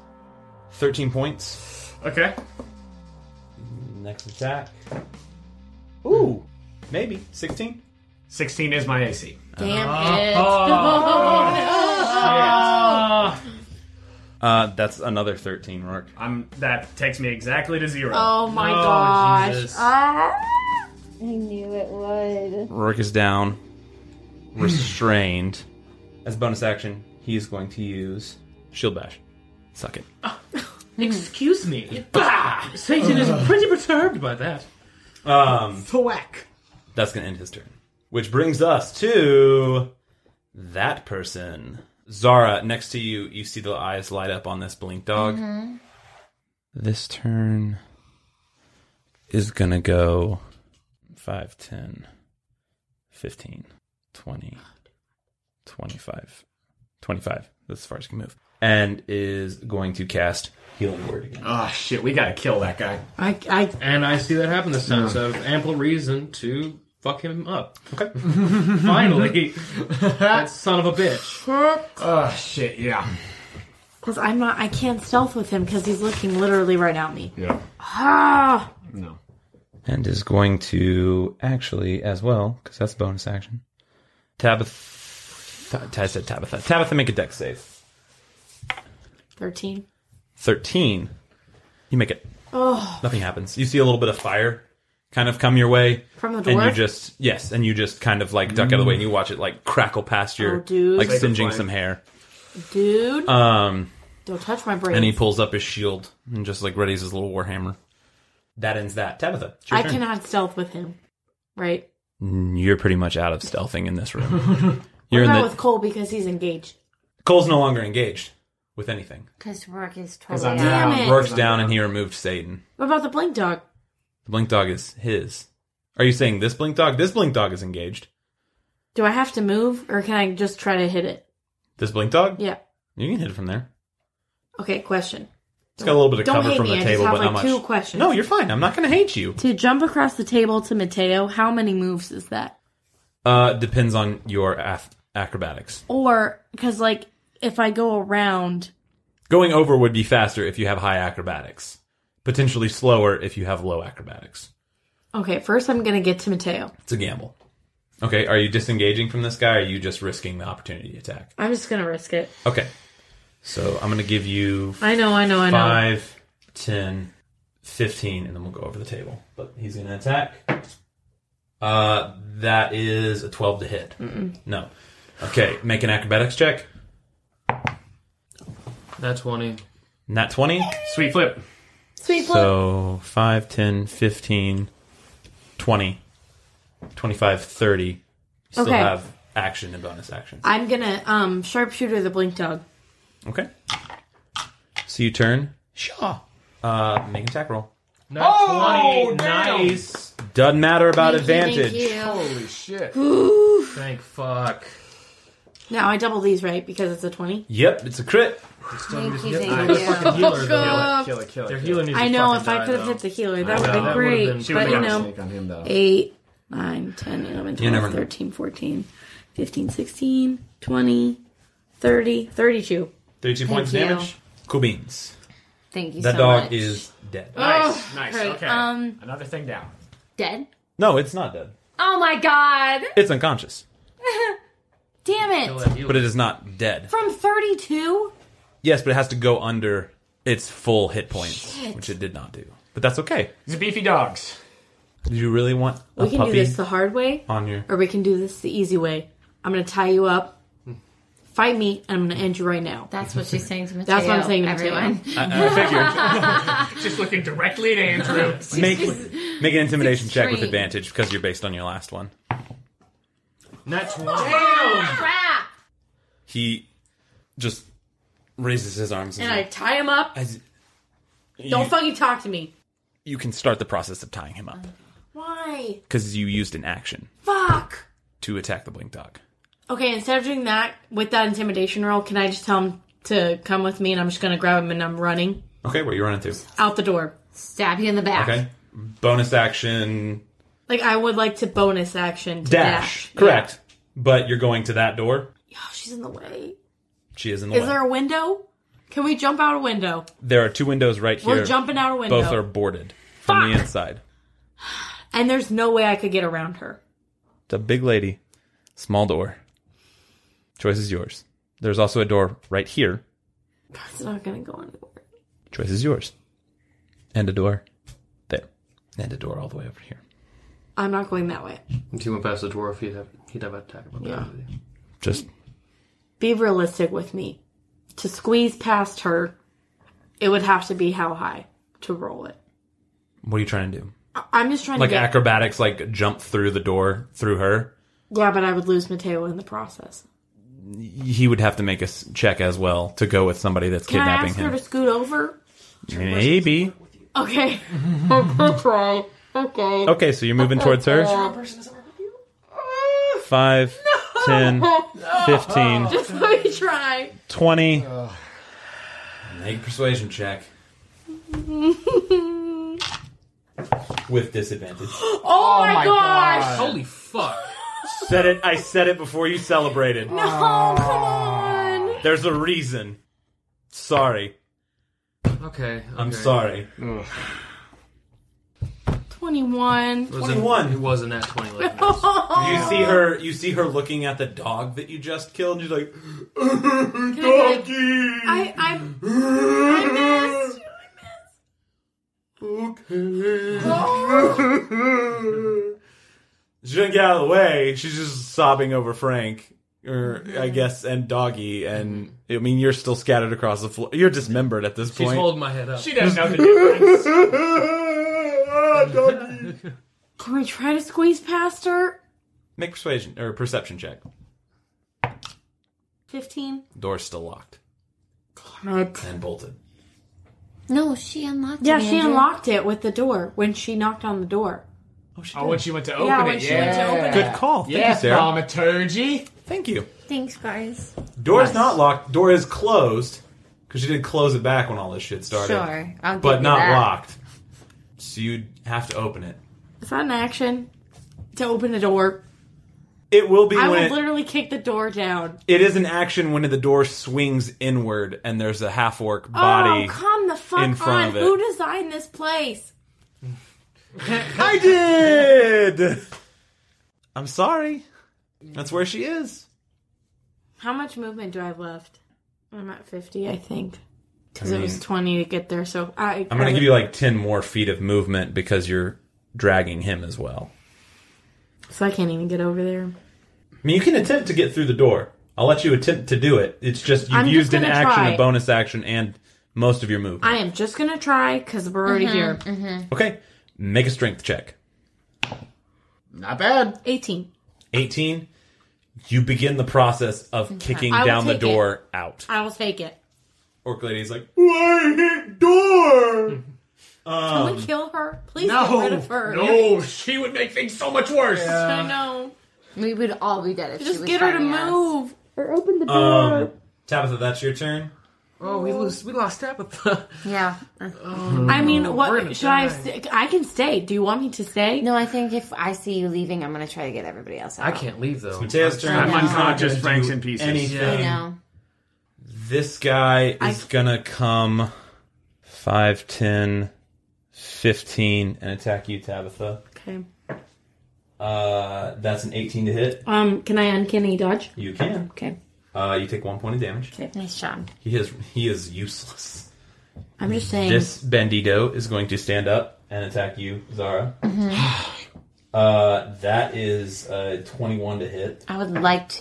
Speaker 5: thirteen points.
Speaker 7: Okay.
Speaker 5: Next attack. Ooh, maybe sixteen.
Speaker 7: 16 is my AC.
Speaker 6: Damn
Speaker 8: Ah.
Speaker 5: Uh, that's another thirteen, Rourke.
Speaker 7: I'm, that takes me exactly to zero.
Speaker 6: Oh my
Speaker 8: Oh,
Speaker 6: gosh.
Speaker 8: Jesus.
Speaker 3: I knew it would.
Speaker 5: Rourke is down, restrained. As bonus action, he is going to use shield bash. Suck it.
Speaker 8: Excuse me. Bah! Satan is pretty perturbed by that.
Speaker 5: Um,
Speaker 7: Thwack.
Speaker 5: that's going to end his turn. Which brings us to that person, Zara. Next to you, you see the eyes light up on this blink dog. Mm-hmm. This turn is going to go 5, 10, 15, 20, 25, 25. That's as far as you can move. And is going to cast Healing Word again.
Speaker 7: Oh shit, we gotta kill that guy.
Speaker 6: I, I,
Speaker 8: And I see that happen this time, so I have ample reason to fuck him up.
Speaker 5: Okay.
Speaker 8: (laughs) Finally. that son of a bitch.
Speaker 7: Oh shit, yeah.
Speaker 6: cause I'm not, I can't stealth with him because he's looking literally right at me.
Speaker 7: Yeah.
Speaker 6: Ah,
Speaker 7: No.
Speaker 5: and is going to actually as well because that's a bonus action. Tabitha, I said Tabitha. Tabitha, make a deck save.
Speaker 6: 13.
Speaker 5: Thirteen. You make it. Oh. Nothing happens. You see a little bit of fire kind of come your way
Speaker 6: From the
Speaker 5: and you
Speaker 6: dwarf?
Speaker 5: just yes, and you just kind of like duck out of the way and you watch it like crackle past your
Speaker 6: Oh, dude.
Speaker 5: like
Speaker 6: Sacred
Speaker 5: singeing
Speaker 7: flame.
Speaker 5: some hair.
Speaker 6: Dude,
Speaker 5: Um,
Speaker 6: don't touch my brain.
Speaker 5: and he pulls up his shield and just like readies his little warhammer. That ends that. Tabitha, it's your
Speaker 6: I
Speaker 5: turn.
Speaker 6: cannot stealth with him. Right?
Speaker 5: You're pretty much out of stealthing in this room.
Speaker 6: (laughs)
Speaker 5: You're in
Speaker 6: What about
Speaker 5: the
Speaker 6: with Cole because he's engaged?
Speaker 5: Cole's no longer engaged with anything.
Speaker 3: Because Rourke is
Speaker 7: I'm
Speaker 3: totally out.
Speaker 6: Damn
Speaker 7: down.
Speaker 6: it.
Speaker 5: Rourke's down and he removed Satan.
Speaker 6: What about the blink dog?
Speaker 5: The blink dog is his. Are you saying this blink dog? This blink dog is engaged.
Speaker 6: Do I have to move or can I just try to hit it?
Speaker 5: This blink dog?
Speaker 6: Yeah.
Speaker 5: You can hit it from there.
Speaker 6: Okay, question.
Speaker 5: It's got a little bit of
Speaker 6: Don't
Speaker 5: cover
Speaker 6: hate
Speaker 5: from
Speaker 6: me,
Speaker 5: the
Speaker 6: I
Speaker 5: table,
Speaker 6: just have
Speaker 5: but not
Speaker 6: like
Speaker 5: much.
Speaker 6: two questions.
Speaker 5: No, you're fine. I'm not going to hate you.
Speaker 6: To jump across the table to Mateo, how many moves is that?
Speaker 5: Uh, depends on your ath- acrobatics.
Speaker 6: Or, because, like, if I go around,
Speaker 5: Going over would be faster if you have high acrobatics. Potentially slower if you have low acrobatics.
Speaker 6: Okay, first I'm gonna get to Mateo.
Speaker 5: It's a gamble. Okay, are you disengaging from this guy or are you just risking the opportunity attack?
Speaker 6: I'm just gonna risk it.
Speaker 5: Okay. So I'm going to give you
Speaker 6: I know, I know, I know.
Speaker 5: five, ten, fifteen, and then we'll go over the table. But he's going to attack. Uh, that is a 12 to hit. No. Okay, make an acrobatics check.
Speaker 8: That's 20.
Speaker 5: Nat 20.
Speaker 7: Sweet flip.
Speaker 6: Sweet flip.
Speaker 5: So 5, 10, 15, 20, 25, 30. You still
Speaker 6: Okay.
Speaker 5: have action and bonus action.
Speaker 6: I'm gonna um sharpshooter the blink dog.
Speaker 5: Okay. So you turn. Shaw. Uh, make an attack roll.
Speaker 8: Not 20. Nice.
Speaker 5: Doesn't matter about advantage.
Speaker 7: Holy shit.
Speaker 8: Thank fuck.
Speaker 6: Now I double these, right? Because it's a twenty.
Speaker 5: Yep, it's a crit.
Speaker 3: Thank you,
Speaker 8: They're
Speaker 3: thank you.
Speaker 8: (laughs) fucking healers. though.
Speaker 7: Kill it, kill it, kill it.
Speaker 8: Their healer needs
Speaker 6: I
Speaker 8: to
Speaker 6: know
Speaker 8: fucking
Speaker 6: if I
Speaker 8: die,
Speaker 6: could have
Speaker 8: though.
Speaker 6: hit the healer, that would have
Speaker 8: know,
Speaker 6: been
Speaker 8: that would've
Speaker 6: great.
Speaker 8: been- She
Speaker 6: but
Speaker 7: Would've
Speaker 6: you
Speaker 7: been a
Speaker 6: know,
Speaker 7: mistake on him, though.
Speaker 6: 8, 9, 10, 11, 12,
Speaker 5: never know.
Speaker 6: 13, 14, 15, 16, 20, 30, 32.
Speaker 5: 32 points
Speaker 3: you.
Speaker 5: damage. Cool beans.
Speaker 3: Thank you
Speaker 5: That
Speaker 3: so
Speaker 5: dog
Speaker 3: much.
Speaker 5: is dead.
Speaker 7: Nice, nice.
Speaker 6: Right,
Speaker 7: Okay.
Speaker 6: Um,
Speaker 7: Another thing down.
Speaker 3: dead.
Speaker 5: No, it's not dead.
Speaker 3: Oh my god!
Speaker 5: It's unconscious,
Speaker 3: Damn
Speaker 8: Kill
Speaker 3: it!
Speaker 8: that healer.
Speaker 5: but it is not dead.
Speaker 3: From 32?
Speaker 5: Yes, but it has to go under its full hit points, which it did not do. But that's okay.
Speaker 7: These are beefy dogs.
Speaker 5: Do you really want a
Speaker 6: we can
Speaker 5: puppy
Speaker 6: do this the hard way,
Speaker 5: on
Speaker 6: (laughs)
Speaker 5: your?
Speaker 6: or we can do this the easy way. I'm gonna tie you up, fight me, and I'm gonna end you right now.
Speaker 3: That's what she's saying to Mateo.
Speaker 6: (laughs) That's what I'm saying to Mateo.
Speaker 3: everyone.
Speaker 5: I, I figured.
Speaker 7: Just looking directly at (laughs) Andrew.
Speaker 5: make make an intimidation check with
Speaker 3: Sixteen.
Speaker 5: advantage because you're based on your last one.
Speaker 8: Not 20.
Speaker 3: Crap!
Speaker 5: He just raises his arms
Speaker 6: And I tie him up.
Speaker 5: As- you,
Speaker 6: Don't fucking talk to me.
Speaker 5: you can start the process of tying him up
Speaker 6: Why?
Speaker 5: because you used an action
Speaker 6: Fuck.
Speaker 5: to attack the blink dog.
Speaker 6: Okay, instead of doing that with that intimidation roll, can I just tell him to come with me and I'm just gonna grab him and I'm running
Speaker 5: Okay, where you running to?
Speaker 6: out the door?
Speaker 3: Stab you in the back.
Speaker 5: Okay, bonus action
Speaker 6: Like I would like to bonus action to
Speaker 5: dash.
Speaker 6: dash.
Speaker 5: Correct, but you're going to that door.
Speaker 6: Oh, she's in the way.
Speaker 5: She is in the
Speaker 6: Is
Speaker 5: way.
Speaker 6: there a window? Can we jump out a window?
Speaker 5: There are two windows right here.
Speaker 6: We're jumping out a window.
Speaker 5: Both are boarded from the
Speaker 6: Fuck.
Speaker 5: inside.
Speaker 6: And there's no way I could get around her.
Speaker 5: It's a big lady, small door. Choice is yours. There's also a door right here.
Speaker 6: It's not gonna go anywhere.
Speaker 5: Choice is yours. And a door there. And a door all the way over here.
Speaker 6: I'm not going that way.
Speaker 8: If he went past the dwarf, he'd have, he'd have an attack. about
Speaker 6: Yeah.
Speaker 8: that.
Speaker 5: Just
Speaker 6: Be realistic with me. To squeeze past her, it would have to be how high to roll it.
Speaker 5: what are you trying to do?
Speaker 6: I- I'm just trying
Speaker 5: Like
Speaker 6: to get
Speaker 5: acrobatics, like jump through the door through her.
Speaker 6: Yeah, but I would lose Mateo in the process.
Speaker 5: He would have to make a s- check as well to go with somebody that's
Speaker 6: Can I
Speaker 5: kidnapping
Speaker 6: ask her
Speaker 5: him.
Speaker 6: to scoot over?
Speaker 5: Maybe.
Speaker 6: Okay. (laughs) okay. Okay.
Speaker 5: Okay, so you're moving towards
Speaker 6: Oh,
Speaker 5: her. Five, ten, fifteen.
Speaker 6: Just let me try.
Speaker 5: 20. Make a persuasion check. (laughs) With disadvantage.
Speaker 6: Oh, my, gosh.
Speaker 8: Holy fuck.
Speaker 5: said it. I said it before you celebrated.
Speaker 6: Oh, come on.
Speaker 5: There's a reason. Sorry.
Speaker 8: Okay.
Speaker 5: I'm
Speaker 8: okay.
Speaker 5: sorry.
Speaker 6: 21.
Speaker 8: Wasn't-
Speaker 5: 21.
Speaker 8: It wasn't at
Speaker 6: (laughs)
Speaker 8: 20 like this.
Speaker 6: Oh,
Speaker 5: You see her. You see her looking at the dog that you just killed. And she's like,
Speaker 6: I,
Speaker 5: "Doggy, (laughs)
Speaker 6: I, I missed.
Speaker 5: She doesn't get out of the way. She's just sobbing over Frank, or I guess, and Doggy. And I mean, you're still scattered across the floor. You're dismembered at this
Speaker 8: She's
Speaker 5: point.
Speaker 8: holding my head up.
Speaker 7: She doesn't know the difference.
Speaker 5: Ah, (laughs) doggy.
Speaker 6: Can we try to squeeze past her?
Speaker 5: Make persuasion or perception check.
Speaker 6: 15.
Speaker 5: Door's still locked and bolted.
Speaker 11: No, she unlocked
Speaker 6: Yeah,
Speaker 11: it.
Speaker 6: she
Speaker 11: Andrew.
Speaker 6: unlocked it with the door when she knocked on the door.
Speaker 7: oh, when she went to open
Speaker 6: Yeah,
Speaker 7: it.
Speaker 6: when she
Speaker 7: yeah.
Speaker 6: went to open it.
Speaker 5: Good call. Thank
Speaker 7: Yeah,
Speaker 5: you, Sarah.
Speaker 7: thaumaturgy.
Speaker 5: Thank you.
Speaker 11: Thanks, guys.
Speaker 5: Door's not locked. Door is closed because she did close it back when all this shit started.
Speaker 3: Sure, I'll give
Speaker 5: but
Speaker 3: you
Speaker 5: not
Speaker 3: that.
Speaker 5: locked. So you'd have to open it.
Speaker 6: Is that an action? To open the door.
Speaker 5: It will be
Speaker 6: I
Speaker 5: when
Speaker 6: would
Speaker 5: it-
Speaker 6: literally kick the door down.
Speaker 5: it is an action when the door swings inward and there's a half orc body.
Speaker 6: oh, come the fuck
Speaker 5: in front
Speaker 6: on.
Speaker 5: of it.
Speaker 6: Who designed this place?
Speaker 5: I did. I'm sorry. That's where she is.
Speaker 6: How much movement do I have left? I'm at 50, I think. Because it was 20 to get there, so I.
Speaker 5: I'm gonna give you like ten more feet of movement because you're dragging him as well.
Speaker 6: So I can't even get over there.
Speaker 5: I mean, you can attempt to get through the door. I'll let you attempt to do it. It's just you've
Speaker 6: I'm just
Speaker 5: used an
Speaker 6: gonna
Speaker 5: action,
Speaker 6: try.
Speaker 5: a bonus action, and most of your movement.
Speaker 6: I am just gonna try because we're already
Speaker 3: Mm-hmm,
Speaker 6: here.
Speaker 5: Okay, make a strength check.
Speaker 7: Not bad.
Speaker 6: 18.
Speaker 5: 18. You begin the process of kicking
Speaker 6: I will
Speaker 5: down the
Speaker 6: take
Speaker 5: door out.
Speaker 6: I will take it.
Speaker 5: Orc lady's like, why hit door?
Speaker 6: Can
Speaker 5: Um,
Speaker 6: we kill her? Please get rid of her.
Speaker 7: no, she would make things so much worse.
Speaker 6: I know.
Speaker 3: We would all be dead if she
Speaker 6: Just
Speaker 3: was
Speaker 6: get her to
Speaker 3: fighting us.
Speaker 6: move.
Speaker 5: Um, Tabitha, that's your turn.
Speaker 8: Oh, we lose. We lost Tabitha. (laughs)
Speaker 3: Yeah.
Speaker 5: Mm,
Speaker 6: I mean,
Speaker 8: we're gonna
Speaker 6: what should I?
Speaker 8: die.
Speaker 6: st- I can stay. Do you want me to stay?
Speaker 3: No, I think if I see you leaving, I'm gonna try to get everybody else out.
Speaker 8: I can't leave though.
Speaker 5: Mateo's turn.
Speaker 7: I'm
Speaker 3: Yeah.
Speaker 7: unconscious,
Speaker 5: Not gonna
Speaker 7: Frank's
Speaker 5: do
Speaker 7: in pieces.
Speaker 5: Anything.
Speaker 8: Yeah.
Speaker 3: No.
Speaker 5: This guy
Speaker 6: I-
Speaker 5: is gonna come 5, 10, 15 and attack you, Tabitha.
Speaker 6: Okay.
Speaker 5: Uh, that's an 18 to hit.
Speaker 6: Um, can I uncanny dodge?
Speaker 5: You can.
Speaker 6: Okay.
Speaker 5: Uh, you take one point of damage.
Speaker 3: Nice job.
Speaker 5: He is he is useless.
Speaker 6: I'm just saying.
Speaker 5: This bandito is going to stand up and attack you, Zara. (sighs) Uh, that is uh, 21 to hit.
Speaker 3: I would like to.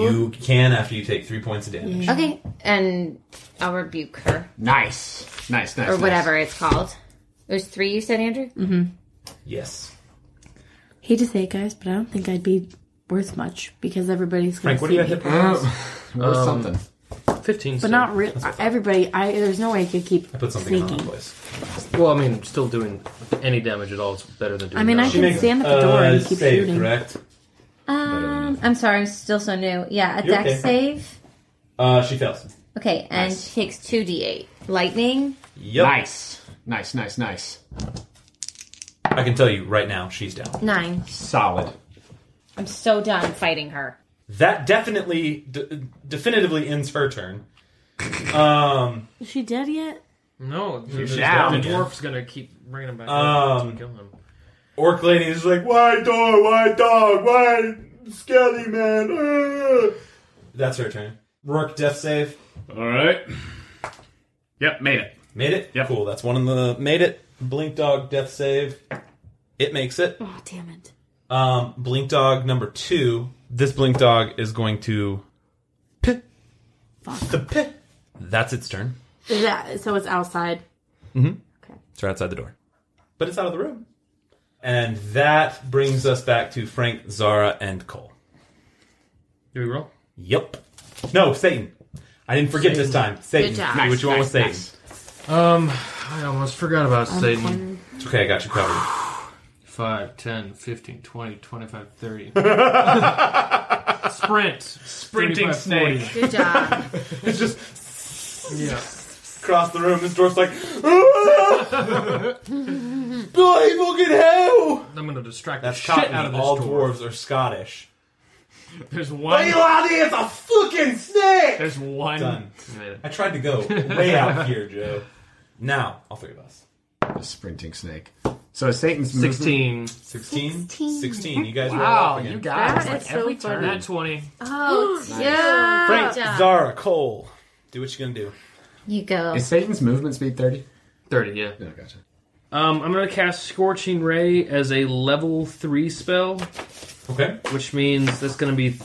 Speaker 5: You can after you take three points of damage.
Speaker 3: Okay, and I'll rebuke her
Speaker 7: Nice, nice, nice.
Speaker 3: or
Speaker 7: nice.
Speaker 3: whatever it's called. It was three, you said, Andrew.
Speaker 5: Yes.
Speaker 6: Hate to say it, guys, but I don't think I'd be worth much because everybody's gonna
Speaker 5: Frank, what do
Speaker 6: see
Speaker 5: you
Speaker 6: me.
Speaker 5: have hit points?
Speaker 7: Uh, or
Speaker 5: Um,
Speaker 7: something.
Speaker 8: 15.
Speaker 6: But not real. Everybody, I there's no way I could keep.
Speaker 5: I put something in the
Speaker 6: sneaking.
Speaker 5: wrong place.
Speaker 8: Well, I mean, still doing any damage at all is better than doing.
Speaker 6: I mean, I
Speaker 8: none.
Speaker 6: can stand at the door and keep
Speaker 5: Uh, save,
Speaker 6: shooting.
Speaker 5: correct?
Speaker 3: Um, I'm sorry, I'm still so new. Yeah, a
Speaker 5: You're
Speaker 3: deck
Speaker 5: okay.
Speaker 3: save.
Speaker 5: Uh, she fails.
Speaker 3: Okay, and she takes two d8 lightning.
Speaker 5: Yep.
Speaker 7: Nice, nice, nice, nice.
Speaker 5: I can tell you right now, she's down.
Speaker 3: Nine.
Speaker 7: Solid.
Speaker 3: I'm so done fighting her.
Speaker 5: That definitely, d- definitively ends her
Speaker 6: (laughs)
Speaker 5: turn. Um,
Speaker 6: Is she dead yet?
Speaker 8: No, the, the,
Speaker 7: shall.
Speaker 8: the dwarf's gonna keep bringing him back.
Speaker 5: Um,
Speaker 8: up to kill him.
Speaker 5: orc lady is like, why dog, why dog, why skelly man? uh." That's her turn. Rourke death save.
Speaker 7: All right. Yep, made it.
Speaker 5: Made it.
Speaker 7: Yep.
Speaker 5: Cool. That's one in the made it. Blink dog death save. It makes it.
Speaker 6: Oh damn it!
Speaker 5: Um, blink dog number two. This blink dog is going to pit. The pit. That's its turn.
Speaker 6: Is that so? It's outside.
Speaker 5: It's right outside the door. But it's out of the room. And that brings us back to Frank, Zara, and Cole.
Speaker 8: Do we roll?
Speaker 5: Yep. No, Satan. I didn't forget this time. Satan.
Speaker 3: job.
Speaker 5: Nice, Which one
Speaker 7: nice,
Speaker 5: was Satan?
Speaker 7: nice.
Speaker 8: Um, I almost forgot about Satan.
Speaker 5: It's okay, I got you covered.
Speaker 8: 5, 10, 15, 20, 25, 30. Sprint.
Speaker 7: Sprinting
Speaker 8: 35,
Speaker 7: snake.
Speaker 8: 40.
Speaker 3: Good
Speaker 6: (laughs)
Speaker 3: job.
Speaker 5: it's just
Speaker 8: Yeah.
Speaker 5: across the room. This dwarf's like, ah! Bloody fucking hell!
Speaker 8: I'm gonna distract
Speaker 5: That's
Speaker 8: the shit
Speaker 5: cockney.
Speaker 8: out of this
Speaker 5: All
Speaker 8: dwarf.
Speaker 5: dwarves are Scottish.
Speaker 7: There's one.
Speaker 5: out here? It's a fucking snake!
Speaker 7: There's one.
Speaker 5: Done.
Speaker 8: Dwarf.
Speaker 5: I
Speaker 8: (laughs)
Speaker 5: tried to go way out here, Joe. Now, all three of us.
Speaker 7: A sprinting snake. So Satan's movement-
Speaker 8: 16.
Speaker 5: 16? 16. You guys
Speaker 7: Wow,
Speaker 5: roll off again.
Speaker 7: you guys
Speaker 6: That
Speaker 7: like
Speaker 6: is so
Speaker 7: every
Speaker 6: funny.
Speaker 7: turn.
Speaker 8: Nat 20.
Speaker 11: Oh,
Speaker 6: yeah.
Speaker 5: Frank,
Speaker 11: Yeah.
Speaker 5: Zara, Cole. Do what you gonna do.
Speaker 3: You go.
Speaker 7: Is Satan's movement speed thirty?
Speaker 8: 30, yeah.
Speaker 7: No, gotcha.
Speaker 8: Um, I'm going to cast Scorching Ray as a level 3 spell,
Speaker 5: Okay.
Speaker 8: which means that's going to be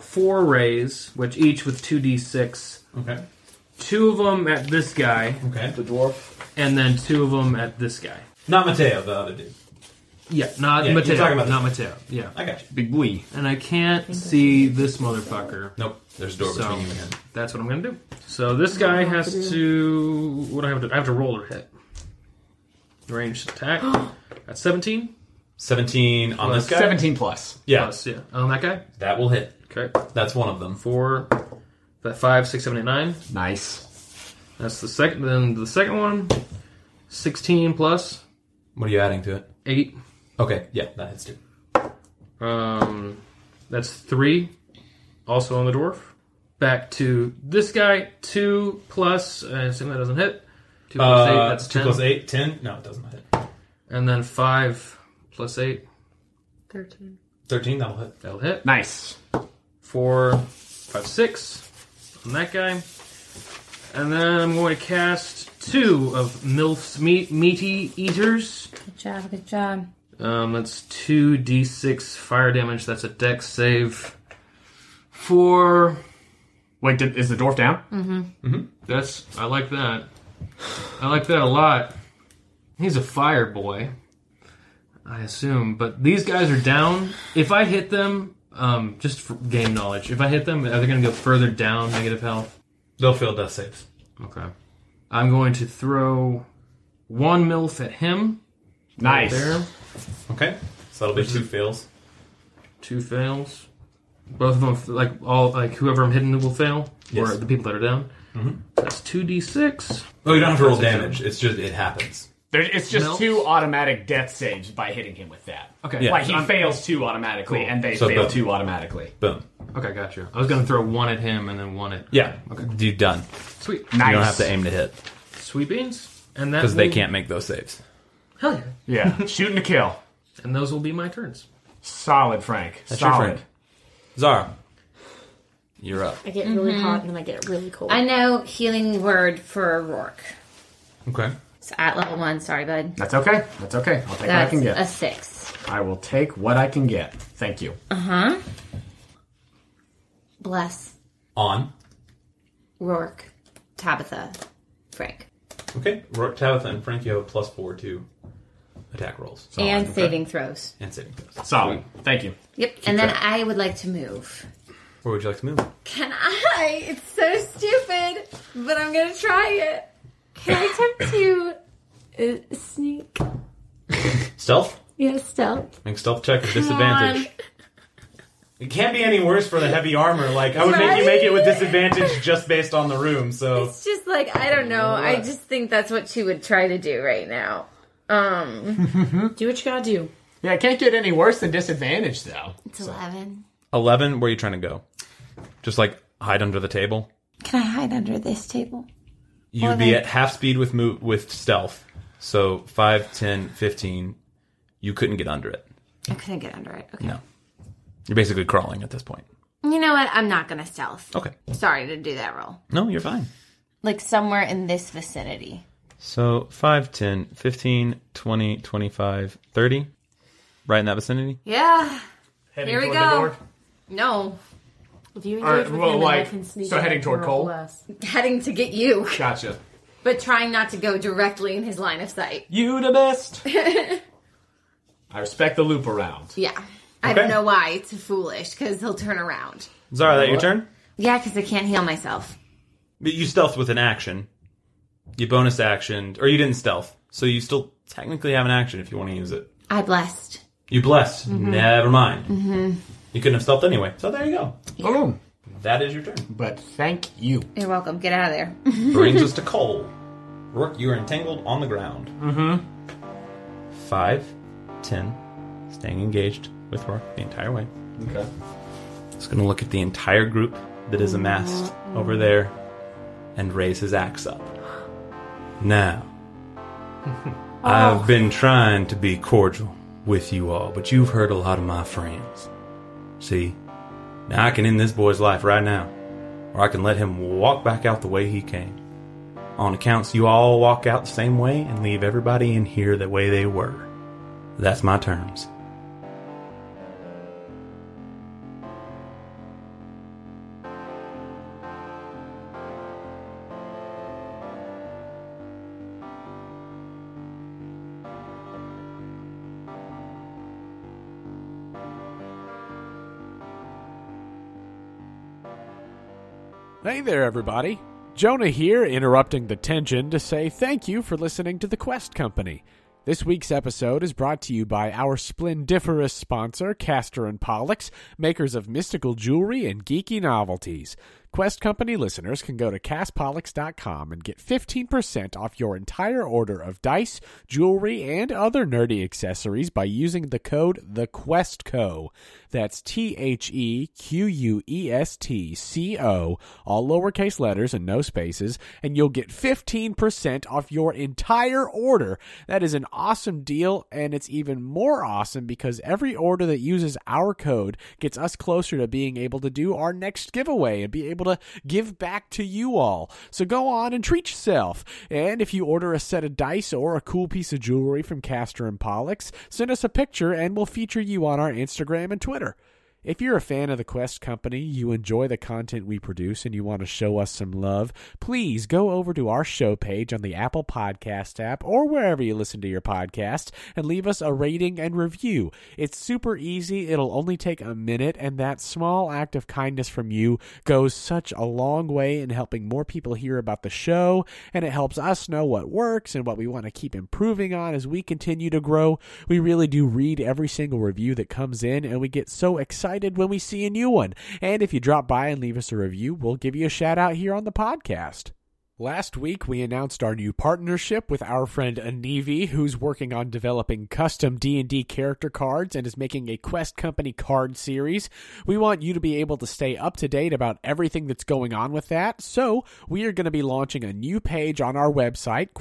Speaker 8: four rays, which each with 2d6.
Speaker 5: Okay.
Speaker 8: Two of them at this guy,
Speaker 5: Okay.
Speaker 7: The dwarf.
Speaker 8: and then two of them at this guy.
Speaker 5: Not Mateo, the other dude.
Speaker 8: Yeah, not
Speaker 5: Yeah, you're
Speaker 8: Mateo.
Speaker 5: talking about
Speaker 8: not Mateo. Yeah.
Speaker 5: I got you.
Speaker 7: Big boy.
Speaker 8: And I can't see this motherfucker.
Speaker 5: Nope. There's a door
Speaker 8: So-
Speaker 5: between you and him.
Speaker 8: That's what I'm gonna do. So this guy has to. What do I have to? do? I have to roll or hit. Ranged (gasps) attack. That's 17.
Speaker 5: 17 on this guy?
Speaker 7: Seventeen plus.
Speaker 5: Yeah.
Speaker 8: Plus, yeah. On that guy.
Speaker 5: That will hit.
Speaker 8: Okay.
Speaker 5: That's one of them.
Speaker 8: Four. That five, six, seven, eight, nine.
Speaker 7: Nice.
Speaker 8: That's the second. Then the second one. 16 plus
Speaker 5: What are you adding to it?
Speaker 8: eight.
Speaker 5: Okay. Yeah, that hits too.
Speaker 8: Um, that's three. Also on the dwarf. Back to this guy. Two plus. I assume that doesn't hit. Two plus eight. That's
Speaker 5: Uh, two
Speaker 8: ten.
Speaker 5: plus eight, ten. No, it doesn't hit.
Speaker 8: And then five plus eight.
Speaker 6: 13.
Speaker 5: 13, that'll hit.
Speaker 8: That'll hit.
Speaker 7: Nice.
Speaker 8: four, five, six on that guy. And then I'm going to cast two of MILF's meat, meaty eaters.
Speaker 3: Good job. Good job.
Speaker 8: Um, that's 2d6 fire damage. That's a dex save. Four.
Speaker 7: Wait, did, is the dwarf down?
Speaker 8: That's. I like that. I like that a lot. He's a fire boy, I assume. But these guys are down. If I hit them, um, just for game knowledge, if I hit them, are they going to go further down negative health?
Speaker 5: They'll fail death saves.
Speaker 8: Okay. I'm going to throw one MILF at him.
Speaker 7: Nice.
Speaker 8: There.
Speaker 5: Okay. So that'll be two fails.
Speaker 8: Two fails. Both of them, like, all, like, whoever I'm hitting will fail. Or
Speaker 5: Yes.
Speaker 8: the people that are down.
Speaker 5: Mm-hmm.
Speaker 8: That's 2d6.
Speaker 5: Oh, you don't have to roll damage. It's just, it happens.
Speaker 7: There, it's just
Speaker 8: Milk?
Speaker 7: two automatic death saves by hitting him with that.
Speaker 8: Okay.
Speaker 5: Yeah.
Speaker 7: Like he fails two automatically, and they
Speaker 5: So
Speaker 7: fail
Speaker 5: both.
Speaker 7: two automatically.
Speaker 5: Boom.
Speaker 8: Okay, gotcha. I was going to throw one at him and then one at.
Speaker 5: Yeah. Okay. You're done.
Speaker 8: Sweet.
Speaker 7: Nice.
Speaker 5: You don't have to aim to hit
Speaker 8: Sweet beans. And that
Speaker 5: because they
Speaker 8: will-
Speaker 5: can't make those saves.
Speaker 8: Hell yeah.
Speaker 5: (laughs)
Speaker 7: Yeah, shooting to kill.
Speaker 8: And those will be my turns.
Speaker 7: Solid, Frank.
Speaker 5: That's your
Speaker 7: Solid.
Speaker 5: friend. Zara, you're up.
Speaker 6: I get really hot and then Mm-hmm. I get really cold.
Speaker 3: I know healing word for Rourke.
Speaker 5: Okay.
Speaker 3: It's at level one. Sorry, bud.
Speaker 7: That's okay. That's okay. I'll take what I
Speaker 3: That's
Speaker 7: can get.
Speaker 3: a six.
Speaker 7: I will take what I can get. Thank you.
Speaker 3: Bless
Speaker 5: On.
Speaker 3: Rourke, Tabitha, Frank,
Speaker 5: Okay. Rourke, Tabitha, and Frank, you have a plus four to attack rolls
Speaker 3: and saving throws.
Speaker 5: and saving throws.
Speaker 7: Solid. Thank you.
Speaker 3: Yep. and then
Speaker 5: track.
Speaker 3: I would like to move.
Speaker 5: Where would you like to move?
Speaker 3: Can I? It's so stupid, but I'm gonna try it.
Speaker 6: Can I attempt to uh, sneak?
Speaker 5: Stealth?
Speaker 6: Yeah, stealth.
Speaker 5: Make stealth check with disadvantage. It can't be any worse for the heavy armor. Like I would make you make it with disadvantage just based on the room. So
Speaker 3: It's just like I don't know. I just think that's what she would try to do right now. Um,
Speaker 6: Do what you gotta do.
Speaker 7: Yeah, it can't get any worse than disadvantage, though.
Speaker 3: it's eleven.
Speaker 5: eleven. Where are you trying to go? Just like hide under the table.
Speaker 11: Can I hide under this table?
Speaker 5: You'd be at half speed with move with stealth. So 5, 10, 15. You couldn't get under it.
Speaker 11: I couldn't get under it. Okay.
Speaker 5: No. You're basically crawling at this point.
Speaker 11: You know what? I'm not gonna stealth.
Speaker 5: Okay.
Speaker 11: Sorry to do that roll.
Speaker 5: No, you're fine.
Speaker 3: Like somewhere in this vicinity.
Speaker 5: So 5, 10, 15, 20, 25, 30. Right in that vicinity?
Speaker 11: Yeah.
Speaker 7: Heading
Speaker 11: Here we
Speaker 7: toward
Speaker 11: go.
Speaker 7: The door.
Speaker 11: No.
Speaker 6: If you engage
Speaker 7: All right,
Speaker 6: with
Speaker 7: well,
Speaker 6: him,
Speaker 7: like,
Speaker 6: I can sneak.
Speaker 7: so
Speaker 6: in
Speaker 7: heading
Speaker 6: and
Speaker 7: toward
Speaker 6: roll
Speaker 7: Cole?
Speaker 6: less.
Speaker 11: Heading to get you,
Speaker 7: Gotcha.
Speaker 11: but trying not to go directly in his line of sight.
Speaker 7: You
Speaker 11: (laughs)
Speaker 7: the best. I respect the loop around.
Speaker 11: Yeah. I
Speaker 5: Okay.
Speaker 11: don't know why. It's foolish because he'll turn around.
Speaker 5: Zara, that your turn?
Speaker 11: Yeah, because I can't heal myself.
Speaker 5: But you stealth with an action. You bonus action, or you didn't stealth, so you still technically have an action if you want to use it.
Speaker 11: I blessed.
Speaker 5: You blessed. Never mind. You couldn't have stealth anyway. So there you go.
Speaker 7: Boom.
Speaker 5: That is your turn.
Speaker 7: But thank you.
Speaker 3: You're welcome. Get out
Speaker 11: (laughs)
Speaker 3: of there.
Speaker 5: Brings us to Cole. Rourke, you are entangled on the ground. Mm-hmm. Five, ten, staying engaged with Rourke the entire way.
Speaker 7: Okay.
Speaker 5: He's going to look at the entire group that is amassed over there and raise his axe up. Now, I've been trying to be cordial with you all, but you've hurt a lot of my friends. See, now I can end this boy's life right now, or I can let him walk back out the way he came. On accounts, you all walk out the same way and leave everybody in here the way they were. That's my terms.
Speaker 1: Hey there, everybody. Jonah here, interrupting the tension to say thank you for listening to The Quest Company. This week's episode is brought to you by our splendiferous sponsor, Castor and Pollux, makers of mystical jewelry and geeky novelties. Quest Company listeners can go to castpollux.com and get 15% off your entire order of dice, jewelry, and other nerdy accessories by using the code TheQuestCo. That's T H E Q U E S T C O, all lowercase letters and no spaces, and you'll get 15% off your entire order. That is an awesome deal, and it's even more awesome because every order that uses our code gets us closer to being able to do our next giveaway and be able to give back to you all. So go on and treat yourself. And if you order a set of dice or a cool piece of jewelry from Castor and Pollux, send us a picture and we'll feature you on our Instagram and Twitter. If you're a fan of the Quest Company, you enjoy the content we produce, and you want to show us some love, please go over to our show page on the Apple Podcast app or wherever you listen to your podcast and leave us a rating and review. It's super easy, it'll only take a minute, and that small act of kindness from you goes such a long way in helping more people hear about the show, and it helps us know what works and what we want to keep improving on as we continue to grow. We really do read every single review that comes in, and we get so excited when we see a new one. And if you drop by and leave us a review, we'll give you a shout out here on the podcast. Last week, we announced our new partnership with our friend Anivi, who's working on developing custom D&D character cards and is making a Quest Company card series. We want you to be able to stay up to date about everything that's going on with that, so we are going to be launching a new page on our website,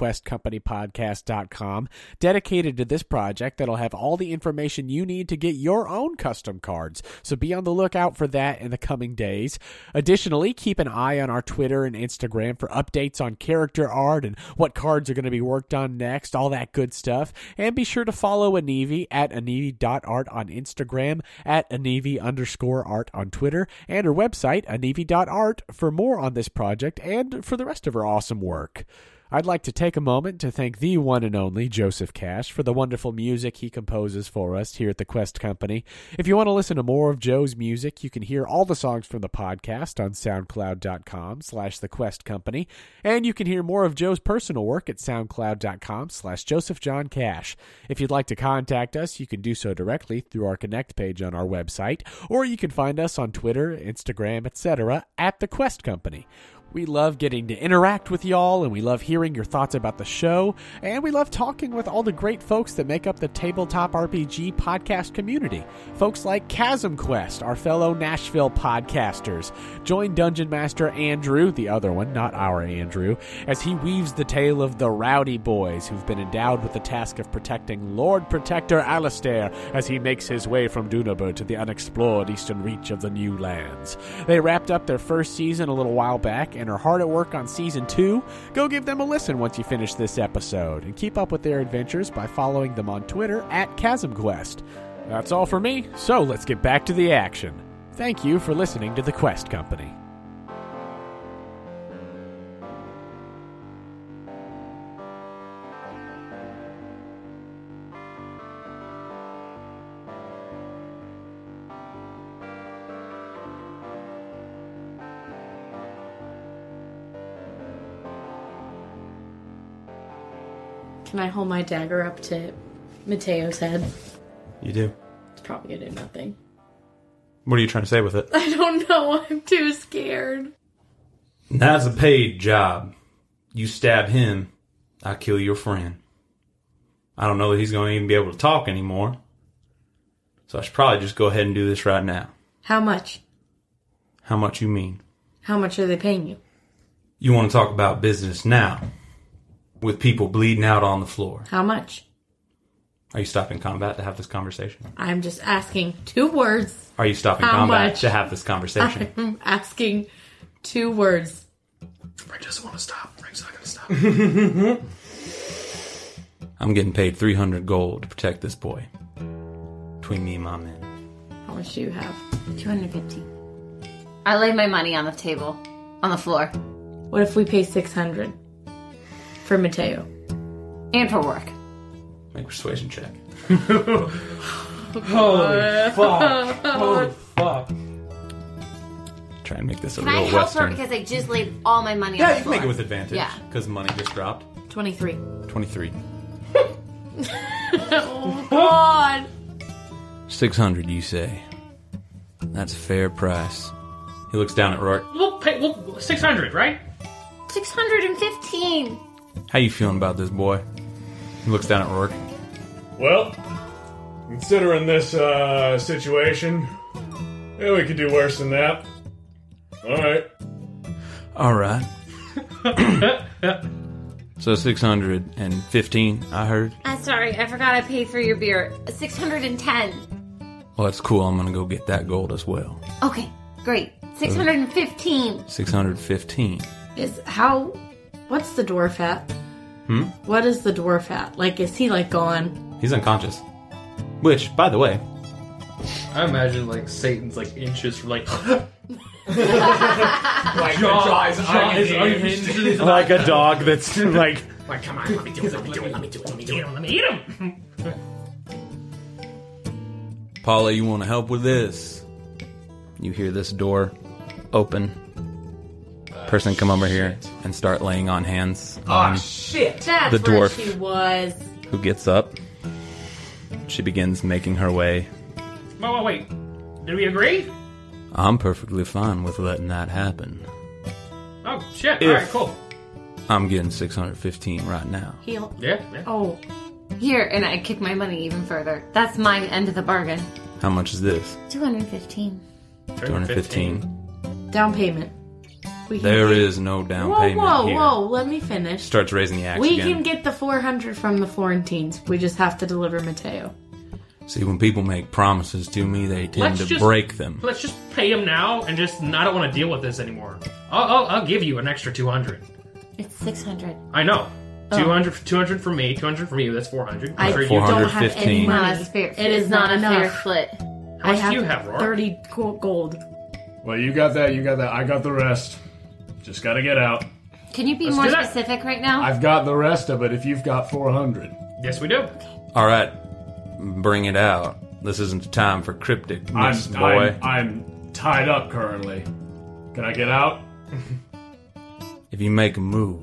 Speaker 1: questcompanypodcast.com, dedicated to this project that'll have all the information you need to get your own custom cards. So be on the lookout for that in the coming days. Additionally, keep an eye on our Twitter and Instagram for updates on character art and what cards are going to be worked on next, all that good stuff. And be sure to follow Anivi at anivi.art on Instagram, at anivi underscore art on Twitter, and her website, anivi.art, for more on this project and for the rest of her awesome work. I'd like to take a moment to thank the one and only Joseph Cash for the wonderful music he composes for us here at the Quest Company. If you want to listen to more of Joe's music, you can hear all the songs from the podcast on soundcloud.com slash the Quest Company, and you can hear more of Joe's personal work at soundcloud.com slash Joseph John Cash. If you'd like to contact us, you can do so directly through our Connect page on our website, or you can find us on Twitter, Instagram, etc. at the Quest Company. We love getting to interact with y'all, and we love hearing your thoughts about the show, and we love talking with all the great folks that make up the Tabletop RPG podcast community. Folks like Chasm Quest, our fellow Nashville podcasters. Join Dungeon Master Andrew, the other one, not our Andrew, as he weaves the tale of the rowdy boys who've been endowed with the task of protecting Lord Protector Alastair as he makes his way from Dunabur to the unexplored eastern reach of the new lands. They wrapped up their first season a little while back and are hard at work on season two. Go give them a listen once you finish this episode and keep up with their adventures by following them on Twitter at ChasmQuest. That's all for me, so let's get back to the action. Thank you for listening to The Quest Company.
Speaker 6: Can I hold my dagger up to Mateo's head?
Speaker 5: You do.
Speaker 6: It's probably gonna do nothing. (laughs)
Speaker 5: What are you trying to say with it?
Speaker 6: I don't know. I'm too scared.
Speaker 5: That's a paid job. You stab him, I kill your friend. I don't know that he's going to even be able to talk anymore. So I should probably just go ahead and do this right now.
Speaker 6: How much?
Speaker 5: How much you mean?
Speaker 6: How much are they paying you?
Speaker 5: You want to talk about business now? with people bleeding out on the floor.
Speaker 6: How much?
Speaker 5: Are you stopping combat to have this conversation?
Speaker 6: I'm just asking two words.
Speaker 5: Are you stopping
Speaker 6: How
Speaker 5: combat
Speaker 6: much?
Speaker 5: to have this conversation?
Speaker 6: I'm asking two words.
Speaker 7: I just want to stop. Rick's not gonna stop.
Speaker 5: I'm getting paid 300 gold to protect this boy. Between me and my men.
Speaker 6: How much do you have?
Speaker 11: 250. I lay my money on the table, on the floor,
Speaker 6: What if we pay 600 for Mateo?
Speaker 11: and for work.
Speaker 5: Make a persuasion (laughs) check.
Speaker 8: Holy fuck. Holy fuck.
Speaker 5: Try and make this a
Speaker 11: Can I
Speaker 5: real
Speaker 11: help her
Speaker 5: Western.
Speaker 11: because I just laid all my money on
Speaker 5: yeah,
Speaker 11: the
Speaker 5: you can
Speaker 11: floor?
Speaker 5: make it with advantage.
Speaker 11: Yeah.
Speaker 5: Because money just dropped.
Speaker 6: 23.
Speaker 11: (laughs)
Speaker 5: 23.
Speaker 6: oh, God.
Speaker 5: 600, you say. That's a fair price. He looks down at Rourke.
Speaker 8: We'll pay we'll, 600, right?
Speaker 11: 615.
Speaker 5: How you feeling about this boy? He looks down at Rourke.
Speaker 2: Well, considering this uh, situation, yeah, we could do worse than that. All right.
Speaker 5: All right. (coughs) so 615, I heard.
Speaker 11: I'm sorry, I forgot I paid for your beer. 610.
Speaker 5: Well, that's cool. I'm going to go get that gold as well.
Speaker 11: Okay, great. 615.
Speaker 5: 615.
Speaker 6: Is how. What's the dwarf at?
Speaker 5: Hmm?
Speaker 6: What is the dwarf at? Like, is he like gone?
Speaker 5: He's unconscious. Which, by the way,
Speaker 8: I imagine like Satan's like inches from like (laughs)
Speaker 7: Like the
Speaker 8: Jaw-
Speaker 7: jaw is
Speaker 8: jaw is
Speaker 7: unhinged.
Speaker 8: unhinged.
Speaker 2: Like a dog
Speaker 1: (laughs)
Speaker 2: that's like.
Speaker 7: Like, come on, let me do it, let me do it, let me do it, let me do it. (laughs)
Speaker 8: let me eat him.
Speaker 5: Paula, you want to help with this? You hear this door open. Person come over here and start laying on hands.
Speaker 6: Ah,
Speaker 5: on
Speaker 6: shit.
Speaker 5: the
Speaker 6: That's where
Speaker 5: dwarf
Speaker 6: she was.
Speaker 5: who gets up. She begins making her way.
Speaker 8: Wait, wait, wait. Did we agree?
Speaker 5: I'm perfectly fine with letting that happen.
Speaker 8: Oh shit.
Speaker 5: If-
Speaker 8: Alright, cool.
Speaker 5: I'm getting 615 right now.
Speaker 6: Heal.
Speaker 8: Yeah,
Speaker 6: Oh.
Speaker 11: Here, and I kick my money even further. That's my end of the bargain.
Speaker 5: How much is this?
Speaker 11: 215.
Speaker 5: 215.
Speaker 6: Down payment. We
Speaker 5: There is no down
Speaker 6: whoa,
Speaker 5: payment
Speaker 6: whoa,
Speaker 5: here.
Speaker 6: whoa. Let me finish.
Speaker 5: Starts raising the axe
Speaker 6: we
Speaker 5: again.
Speaker 6: can get the 400 from the Florentines. We just have to deliver Mateo.
Speaker 5: See, when people make promises to me, they tend
Speaker 8: Let's
Speaker 5: to
Speaker 8: just-
Speaker 5: break them.
Speaker 8: Let's just pay him now and just I don't want to deal with this anymore. I'll, I'll, I'll give you an extra 200.
Speaker 11: It's 600.
Speaker 8: I know.
Speaker 11: Oh.
Speaker 8: 200, 200 from me, 200 from you, that's 400.
Speaker 6: I
Speaker 8: Sure you-
Speaker 6: don't have any money.
Speaker 11: Not a fair-
Speaker 6: it is
Speaker 11: it's
Speaker 6: not,
Speaker 11: not a fair
Speaker 6: enough.
Speaker 11: Split.
Speaker 8: How much do you have, Rourke?
Speaker 6: 30 go- gold.
Speaker 2: Well, you got that. You got that. I got the rest. Just gotta get out.
Speaker 11: Can you be
Speaker 2: Let's
Speaker 11: more
Speaker 2: do that.
Speaker 11: specific right now?
Speaker 2: I've got the rest of it. If you've got four hundred,
Speaker 8: Yes, we do.
Speaker 5: All right, bring it out. This isn't the time for cryptic,
Speaker 2: I'm,
Speaker 5: miss boy.
Speaker 2: I'm I'm tied up currently. Can I get out?
Speaker 5: if you make a move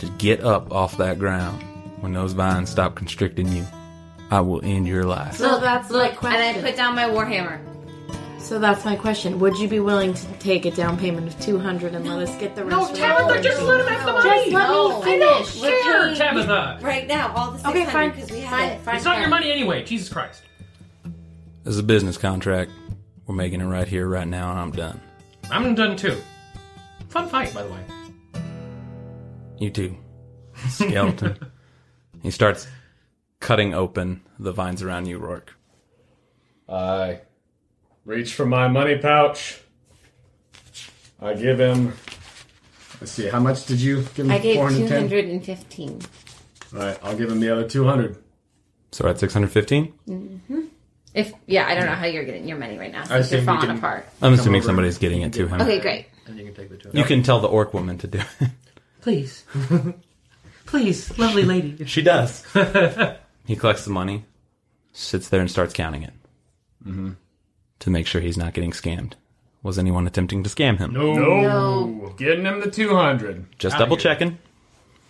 Speaker 5: to get up off that ground when those vines stop constricting you, I will end your life.
Speaker 6: So that's my
Speaker 11: Look,
Speaker 6: question.
Speaker 11: and I put down my warhammer.
Speaker 6: So that's my question. Would you be willing to take a down payment of 200 and let us get the rest? of the
Speaker 8: Tabitha,
Speaker 6: money?
Speaker 8: just let him have the money.
Speaker 6: Just let
Speaker 11: No,
Speaker 6: me finish.
Speaker 11: I don't
Speaker 8: Sure,
Speaker 11: Hey,
Speaker 8: Tabitha.
Speaker 11: Right now, all the
Speaker 6: Okay,
Speaker 11: 600
Speaker 6: fine.
Speaker 11: because we
Speaker 6: Fine,
Speaker 11: had it.
Speaker 6: fine.
Speaker 8: It's not your money anyway. Jesus Christ.
Speaker 5: This is a business contract. We're making it right here, right now, and I'm done.
Speaker 8: I'm done too. Fun fight, by the way.
Speaker 5: You
Speaker 6: (laughs)
Speaker 5: too, skeleton. he starts cutting open the vines around you, Rourke.
Speaker 2: I reach for my money pouch. I give him. Let's see. How much did you give him?
Speaker 3: I gave
Speaker 2: 410?
Speaker 3: 215.
Speaker 2: All right, I'll give him the other 200.
Speaker 5: So we're at 615?
Speaker 11: If yeah, I don't know how you're getting your money right now.
Speaker 5: I
Speaker 11: since you're
Speaker 5: assume we
Speaker 11: falling
Speaker 5: can-
Speaker 11: apart.
Speaker 5: I'm assuming somebody's getting it to him.
Speaker 11: Okay, great.
Speaker 8: And you can take the two.
Speaker 5: You can tell the orc woman to do it.
Speaker 6: (laughs)
Speaker 8: Please. Please, lovely lady.
Speaker 5: (laughs) She does. he collects the money, sits there, and starts counting it
Speaker 7: Mm-hmm.
Speaker 5: to make sure he's not getting scammed. Was anyone attempting to scam him?
Speaker 2: No.
Speaker 8: No.
Speaker 2: Getting him the 200.
Speaker 5: Just double checking.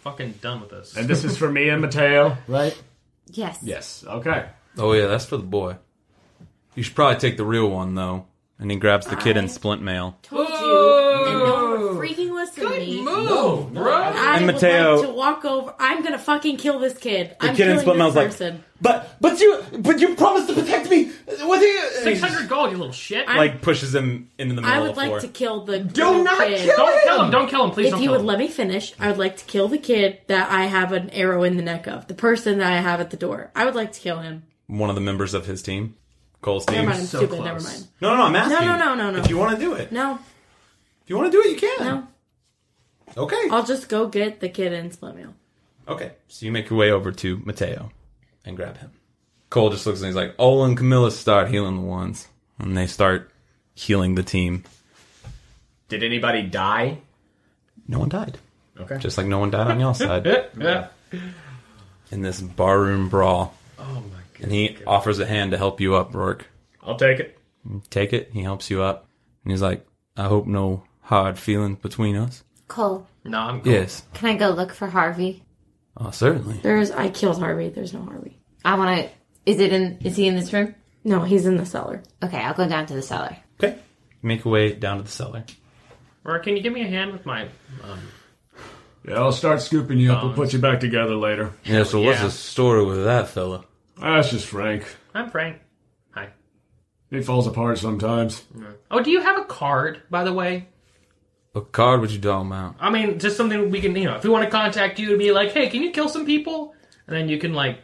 Speaker 8: Fucking done with this.
Speaker 2: And this is for me and Mateo, right?
Speaker 11: Yes.
Speaker 2: Yes. Okay.
Speaker 5: Oh yeah, that's for the boy. You should probably take the real one though. And he grabs the kid in splint mail.
Speaker 6: Told you. And no one freaking listened to me.
Speaker 8: move, bro.
Speaker 6: I I
Speaker 5: and
Speaker 6: would
Speaker 5: Mateo-
Speaker 6: like to walk over. I'm gonna fucking kill this kid.
Speaker 5: The
Speaker 6: I'm
Speaker 5: kid in
Speaker 6: killing
Speaker 5: Splitmouth's
Speaker 6: this
Speaker 5: like,
Speaker 6: person.
Speaker 5: But but you but you promised to protect me. What are you?
Speaker 8: Six hundred gold, you little shit.
Speaker 5: like pushes him into the middle
Speaker 6: I
Speaker 5: of
Speaker 6: would
Speaker 5: the
Speaker 6: like
Speaker 5: floor.
Speaker 6: to kill the.
Speaker 5: Do
Speaker 6: little
Speaker 5: not
Speaker 6: kid.
Speaker 5: kill Don't kill him. him.
Speaker 8: Don't kill him. Please
Speaker 6: If
Speaker 8: don't
Speaker 6: you
Speaker 8: kill
Speaker 6: would
Speaker 8: him.
Speaker 6: let me finish, I would like to kill the kid that I have an arrow in the neck of. The person that I have at the door. I would like to kill him.
Speaker 5: One of the members of his team, Cole's team.
Speaker 6: Never mind. I'm stupid. Never mind.
Speaker 5: No, no, no, I'm asking.
Speaker 6: No, no, no, no, no.
Speaker 5: If you want to do it,
Speaker 6: No.
Speaker 5: if you want to do it, you can.
Speaker 6: No.
Speaker 5: Okay.
Speaker 6: I'll just go get the kid in split meal.
Speaker 5: Okay. So you make your way over to Mateo and grab him. Cole just looks and he's like, Ola and Camilla start healing the ones. And they start healing the team.
Speaker 2: Did anybody die?
Speaker 5: No one died.
Speaker 2: Okay.
Speaker 5: Just like no one died on y'all side.
Speaker 2: (laughs) yeah.
Speaker 5: In this barroom brawl. Oh my god. And he offers a hand to help you up, Rourke.
Speaker 2: I'll take it.
Speaker 5: You Take it. He helps you up. And he's like, I hope no hard feelings between us.
Speaker 2: Oh.
Speaker 3: Cole.
Speaker 8: No, I'm
Speaker 5: Yes.
Speaker 3: Can I go look for Harvey?
Speaker 5: Oh, certainly.
Speaker 6: There's. I killed Harvey. There's no Harvey.
Speaker 3: I want to. Is it in? Is he in this room?
Speaker 6: No, he's in the cellar.
Speaker 3: Okay, I'll go down to the cellar.
Speaker 5: Make your way down to the cellar.
Speaker 8: Or can you give me a hand with my? Um,
Speaker 1: Yeah, I'll start scooping you up. We'll put you back together later.
Speaker 5: Yeah, so what's
Speaker 8: Yeah.
Speaker 5: the story with that fella?
Speaker 1: That's just Frank.
Speaker 8: I'm Frank. Hi.
Speaker 1: He falls apart sometimes.
Speaker 8: Oh, do you have a card, by the way?
Speaker 5: What card would you talking about?
Speaker 8: I mean, just something we can, you know, if we want to contact you to be like, hey, can you kill some people? And then you can like,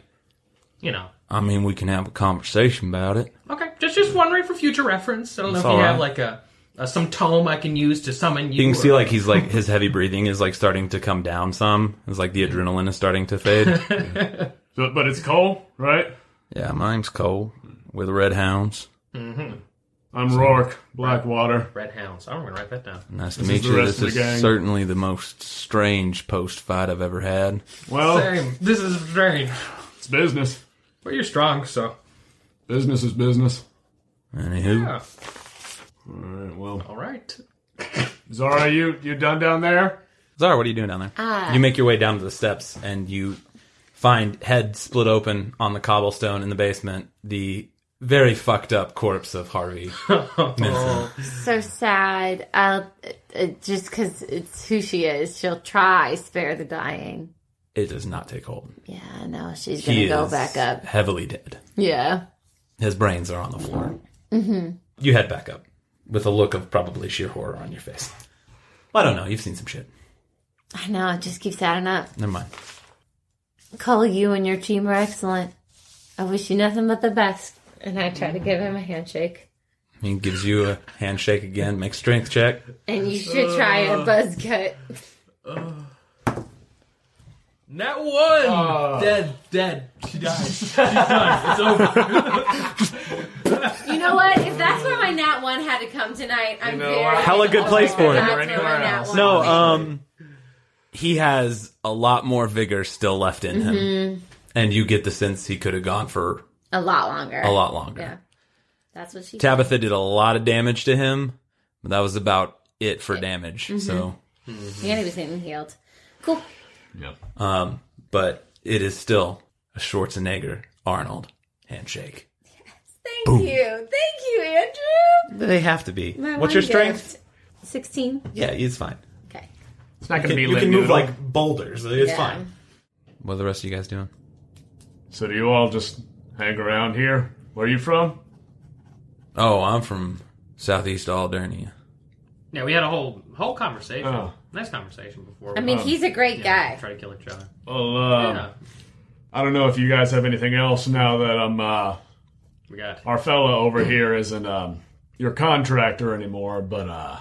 Speaker 8: you know,
Speaker 5: I mean, we can have a conversation about it.
Speaker 8: okay, just just wondering for future reference. I don't know
Speaker 5: That's
Speaker 8: if you
Speaker 5: all right.
Speaker 8: have like a, a some tome I can use to summon you.
Speaker 5: You can see
Speaker 8: or-
Speaker 5: like he's like his heavy breathing is like starting to come down some. It's like the adrenaline is starting to
Speaker 1: (laughs)
Speaker 5: fade.
Speaker 1: So, but it's Cole, right?
Speaker 5: yeah, my name's Cole with Red Hounds.
Speaker 8: Mhm.
Speaker 1: I'm Rourke, Blackwater.
Speaker 8: Red Hounds. I'm gonna write that down.
Speaker 5: Nice
Speaker 1: This
Speaker 5: to
Speaker 1: is
Speaker 5: meet
Speaker 1: the
Speaker 5: you.
Speaker 1: rest
Speaker 5: This
Speaker 1: of the
Speaker 5: is
Speaker 1: gang.
Speaker 5: certainly the most strange post fight I've ever had.
Speaker 1: Well,
Speaker 8: Same. This is very.
Speaker 1: It's business.
Speaker 8: But you're strong, so.
Speaker 1: Business is business.
Speaker 5: Anywho,
Speaker 8: Yeah.
Speaker 1: All right. Well.
Speaker 8: All right.
Speaker 1: Zara, you you done down there?
Speaker 5: Zara, what are you doing down there?
Speaker 3: Ah.
Speaker 5: You make your way down to the steps and you find head split open on the cobblestone in the basement. The very fucked up corpse of Harvey. Minson.
Speaker 3: So sad. I'll uh, just because it's who she is. She'll try spare the dying.
Speaker 5: It does not take hold.
Speaker 3: Yeah, no, she's gonna
Speaker 5: He
Speaker 3: go
Speaker 5: is
Speaker 3: back up.
Speaker 5: Heavily dead.
Speaker 3: Yeah.
Speaker 5: His brains are on the floor.
Speaker 3: Mm-hmm.
Speaker 5: You head back up with a look of probably sheer horror on your face. Well, I don't know. You've seen some shit.
Speaker 3: I know. It just keeps adding up.
Speaker 5: Never mind.
Speaker 3: Cole, you and your team are excellent. I wish you nothing but the best. And I try to give him a handshake.
Speaker 5: He gives you a handshake again. Make strength check.
Speaker 3: And you should try a buzz cut.
Speaker 8: That one! dead, dead. She dies. She's done. It's over.
Speaker 3: You know what? If that's where my nat one had to come tonight, I'm
Speaker 8: know
Speaker 3: very
Speaker 8: what?
Speaker 5: Hella good place for
Speaker 3: That's where
Speaker 5: it.
Speaker 3: my nat one
Speaker 5: No,
Speaker 3: was.
Speaker 5: um, he has a lot more vigor still left in him,
Speaker 3: Mhm.
Speaker 5: and you get the sense he could have gone for
Speaker 3: a lot longer.
Speaker 5: a lot longer.
Speaker 3: Yeah, that's what she.
Speaker 5: Tabitha did a lot of damage to him, but that was about it Mm-hmm. for damage.
Speaker 3: Mhm.
Speaker 5: So,
Speaker 3: Yeah, he was getting healed. Cool.
Speaker 5: um, but it is still a Schwarzenegger Arnold handshake.
Speaker 3: Thank you, thank you, Andrew.
Speaker 5: They have to be.
Speaker 3: My
Speaker 5: What's
Speaker 3: one
Speaker 5: your strength?
Speaker 3: gift. Sixteen.
Speaker 5: Yeah, it's fine.
Speaker 3: Okay.
Speaker 2: It's not
Speaker 5: You
Speaker 2: gonna
Speaker 5: can-
Speaker 2: be
Speaker 5: You
Speaker 2: Lin
Speaker 5: can move
Speaker 2: Noodle.
Speaker 5: like boulders. It's
Speaker 3: Yeah.
Speaker 5: fine. What are the rest of you guys doing?
Speaker 1: So do you all just hang around here? Where are you from?
Speaker 5: Oh, I'm from Southeast Aldernia.
Speaker 8: yeah, we had a whole whole conversation.
Speaker 1: Oh.
Speaker 8: Nice conversation before.
Speaker 3: I mean, he's a great guy.
Speaker 8: Try to kill each other.
Speaker 1: Well, uh,
Speaker 8: Yeah.
Speaker 1: I don't know if you guys have anything else now that I'm. Uh,
Speaker 8: We got.
Speaker 1: our fella over here isn't um, your contractor anymore, but uh,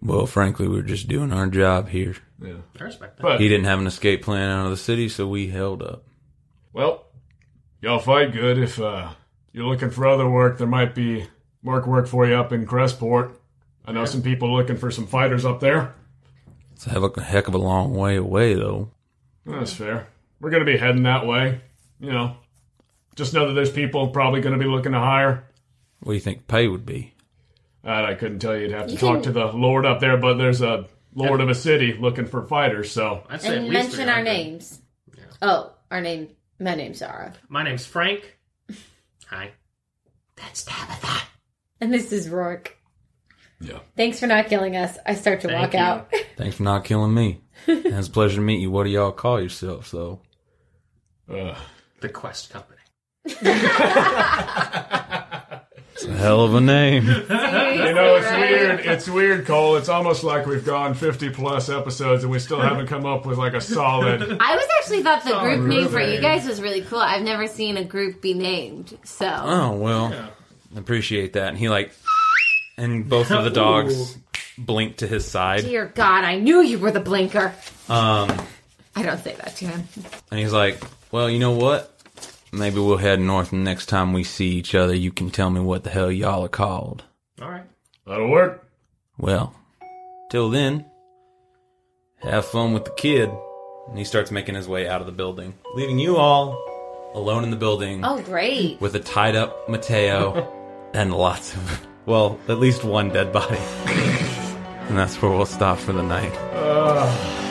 Speaker 5: Well, frankly, we were just doing our job here.
Speaker 1: yeah.
Speaker 8: I respect that.
Speaker 1: But
Speaker 5: he didn't have an escape plan out of the city, so we held up.
Speaker 1: well, y'all fight good. If uh, you're looking for other work, there might be work work for you up in Crestport. I know some people looking for some fighters up there.
Speaker 5: It's a hell of a heck of a long way away, though.
Speaker 1: That's fair. We're gonna be heading that way. You know, just know that there's people probably gonna be looking to hire.
Speaker 5: What do you think pay would be?
Speaker 1: And I couldn't tell you. You'd have to
Speaker 3: You
Speaker 1: talk
Speaker 3: can-
Speaker 1: to the lord up there, but there's a lord of a city looking for fighters. So
Speaker 8: I'd say
Speaker 3: And
Speaker 8: at least
Speaker 3: mention our
Speaker 8: 300.
Speaker 3: names. Oh, our name. My name's Zara,
Speaker 8: My name's (laughs) Frank. Hi. That's Tabitha.
Speaker 3: and this is Rourke.
Speaker 1: Yeah.
Speaker 3: Thanks for not killing us. I start to
Speaker 8: Thank
Speaker 3: walk
Speaker 8: you.
Speaker 3: out.
Speaker 5: Thanks for not killing me. it's a pleasure to meet you. What do y'all call yourself? So,
Speaker 8: The Quest Company.
Speaker 5: it's a hell of a name.
Speaker 7: you know, it's weird. It's weird, Cole. It's almost like we've gone 50 plus episodes and we still haven't come up with like a solid.
Speaker 3: I was actually thought the group
Speaker 7: Solid
Speaker 3: name for you
Speaker 7: name.
Speaker 3: guys was really cool. I've never seen a group be named, so
Speaker 5: (laughs) Oh well, appreciate that. And he like, and both of the dogs blinked to his side.
Speaker 3: dear God, I knew you were the blinker.
Speaker 5: Um,
Speaker 3: I don't say that to him.
Speaker 5: and he's like, "Well, you know what? Maybe we'll head north, and next time we see each other, you can tell me what the hell y'all are called."
Speaker 8: All right.
Speaker 7: That'll work.
Speaker 5: Well, till then, have fun with the kid. And he starts making his way out of the building, leaving you all alone in the building.
Speaker 3: Oh, great.
Speaker 5: With a tied up Mateo and lots of, (laughs) well, at least one dead body. and that's where we'll stop for the night.
Speaker 7: Uh,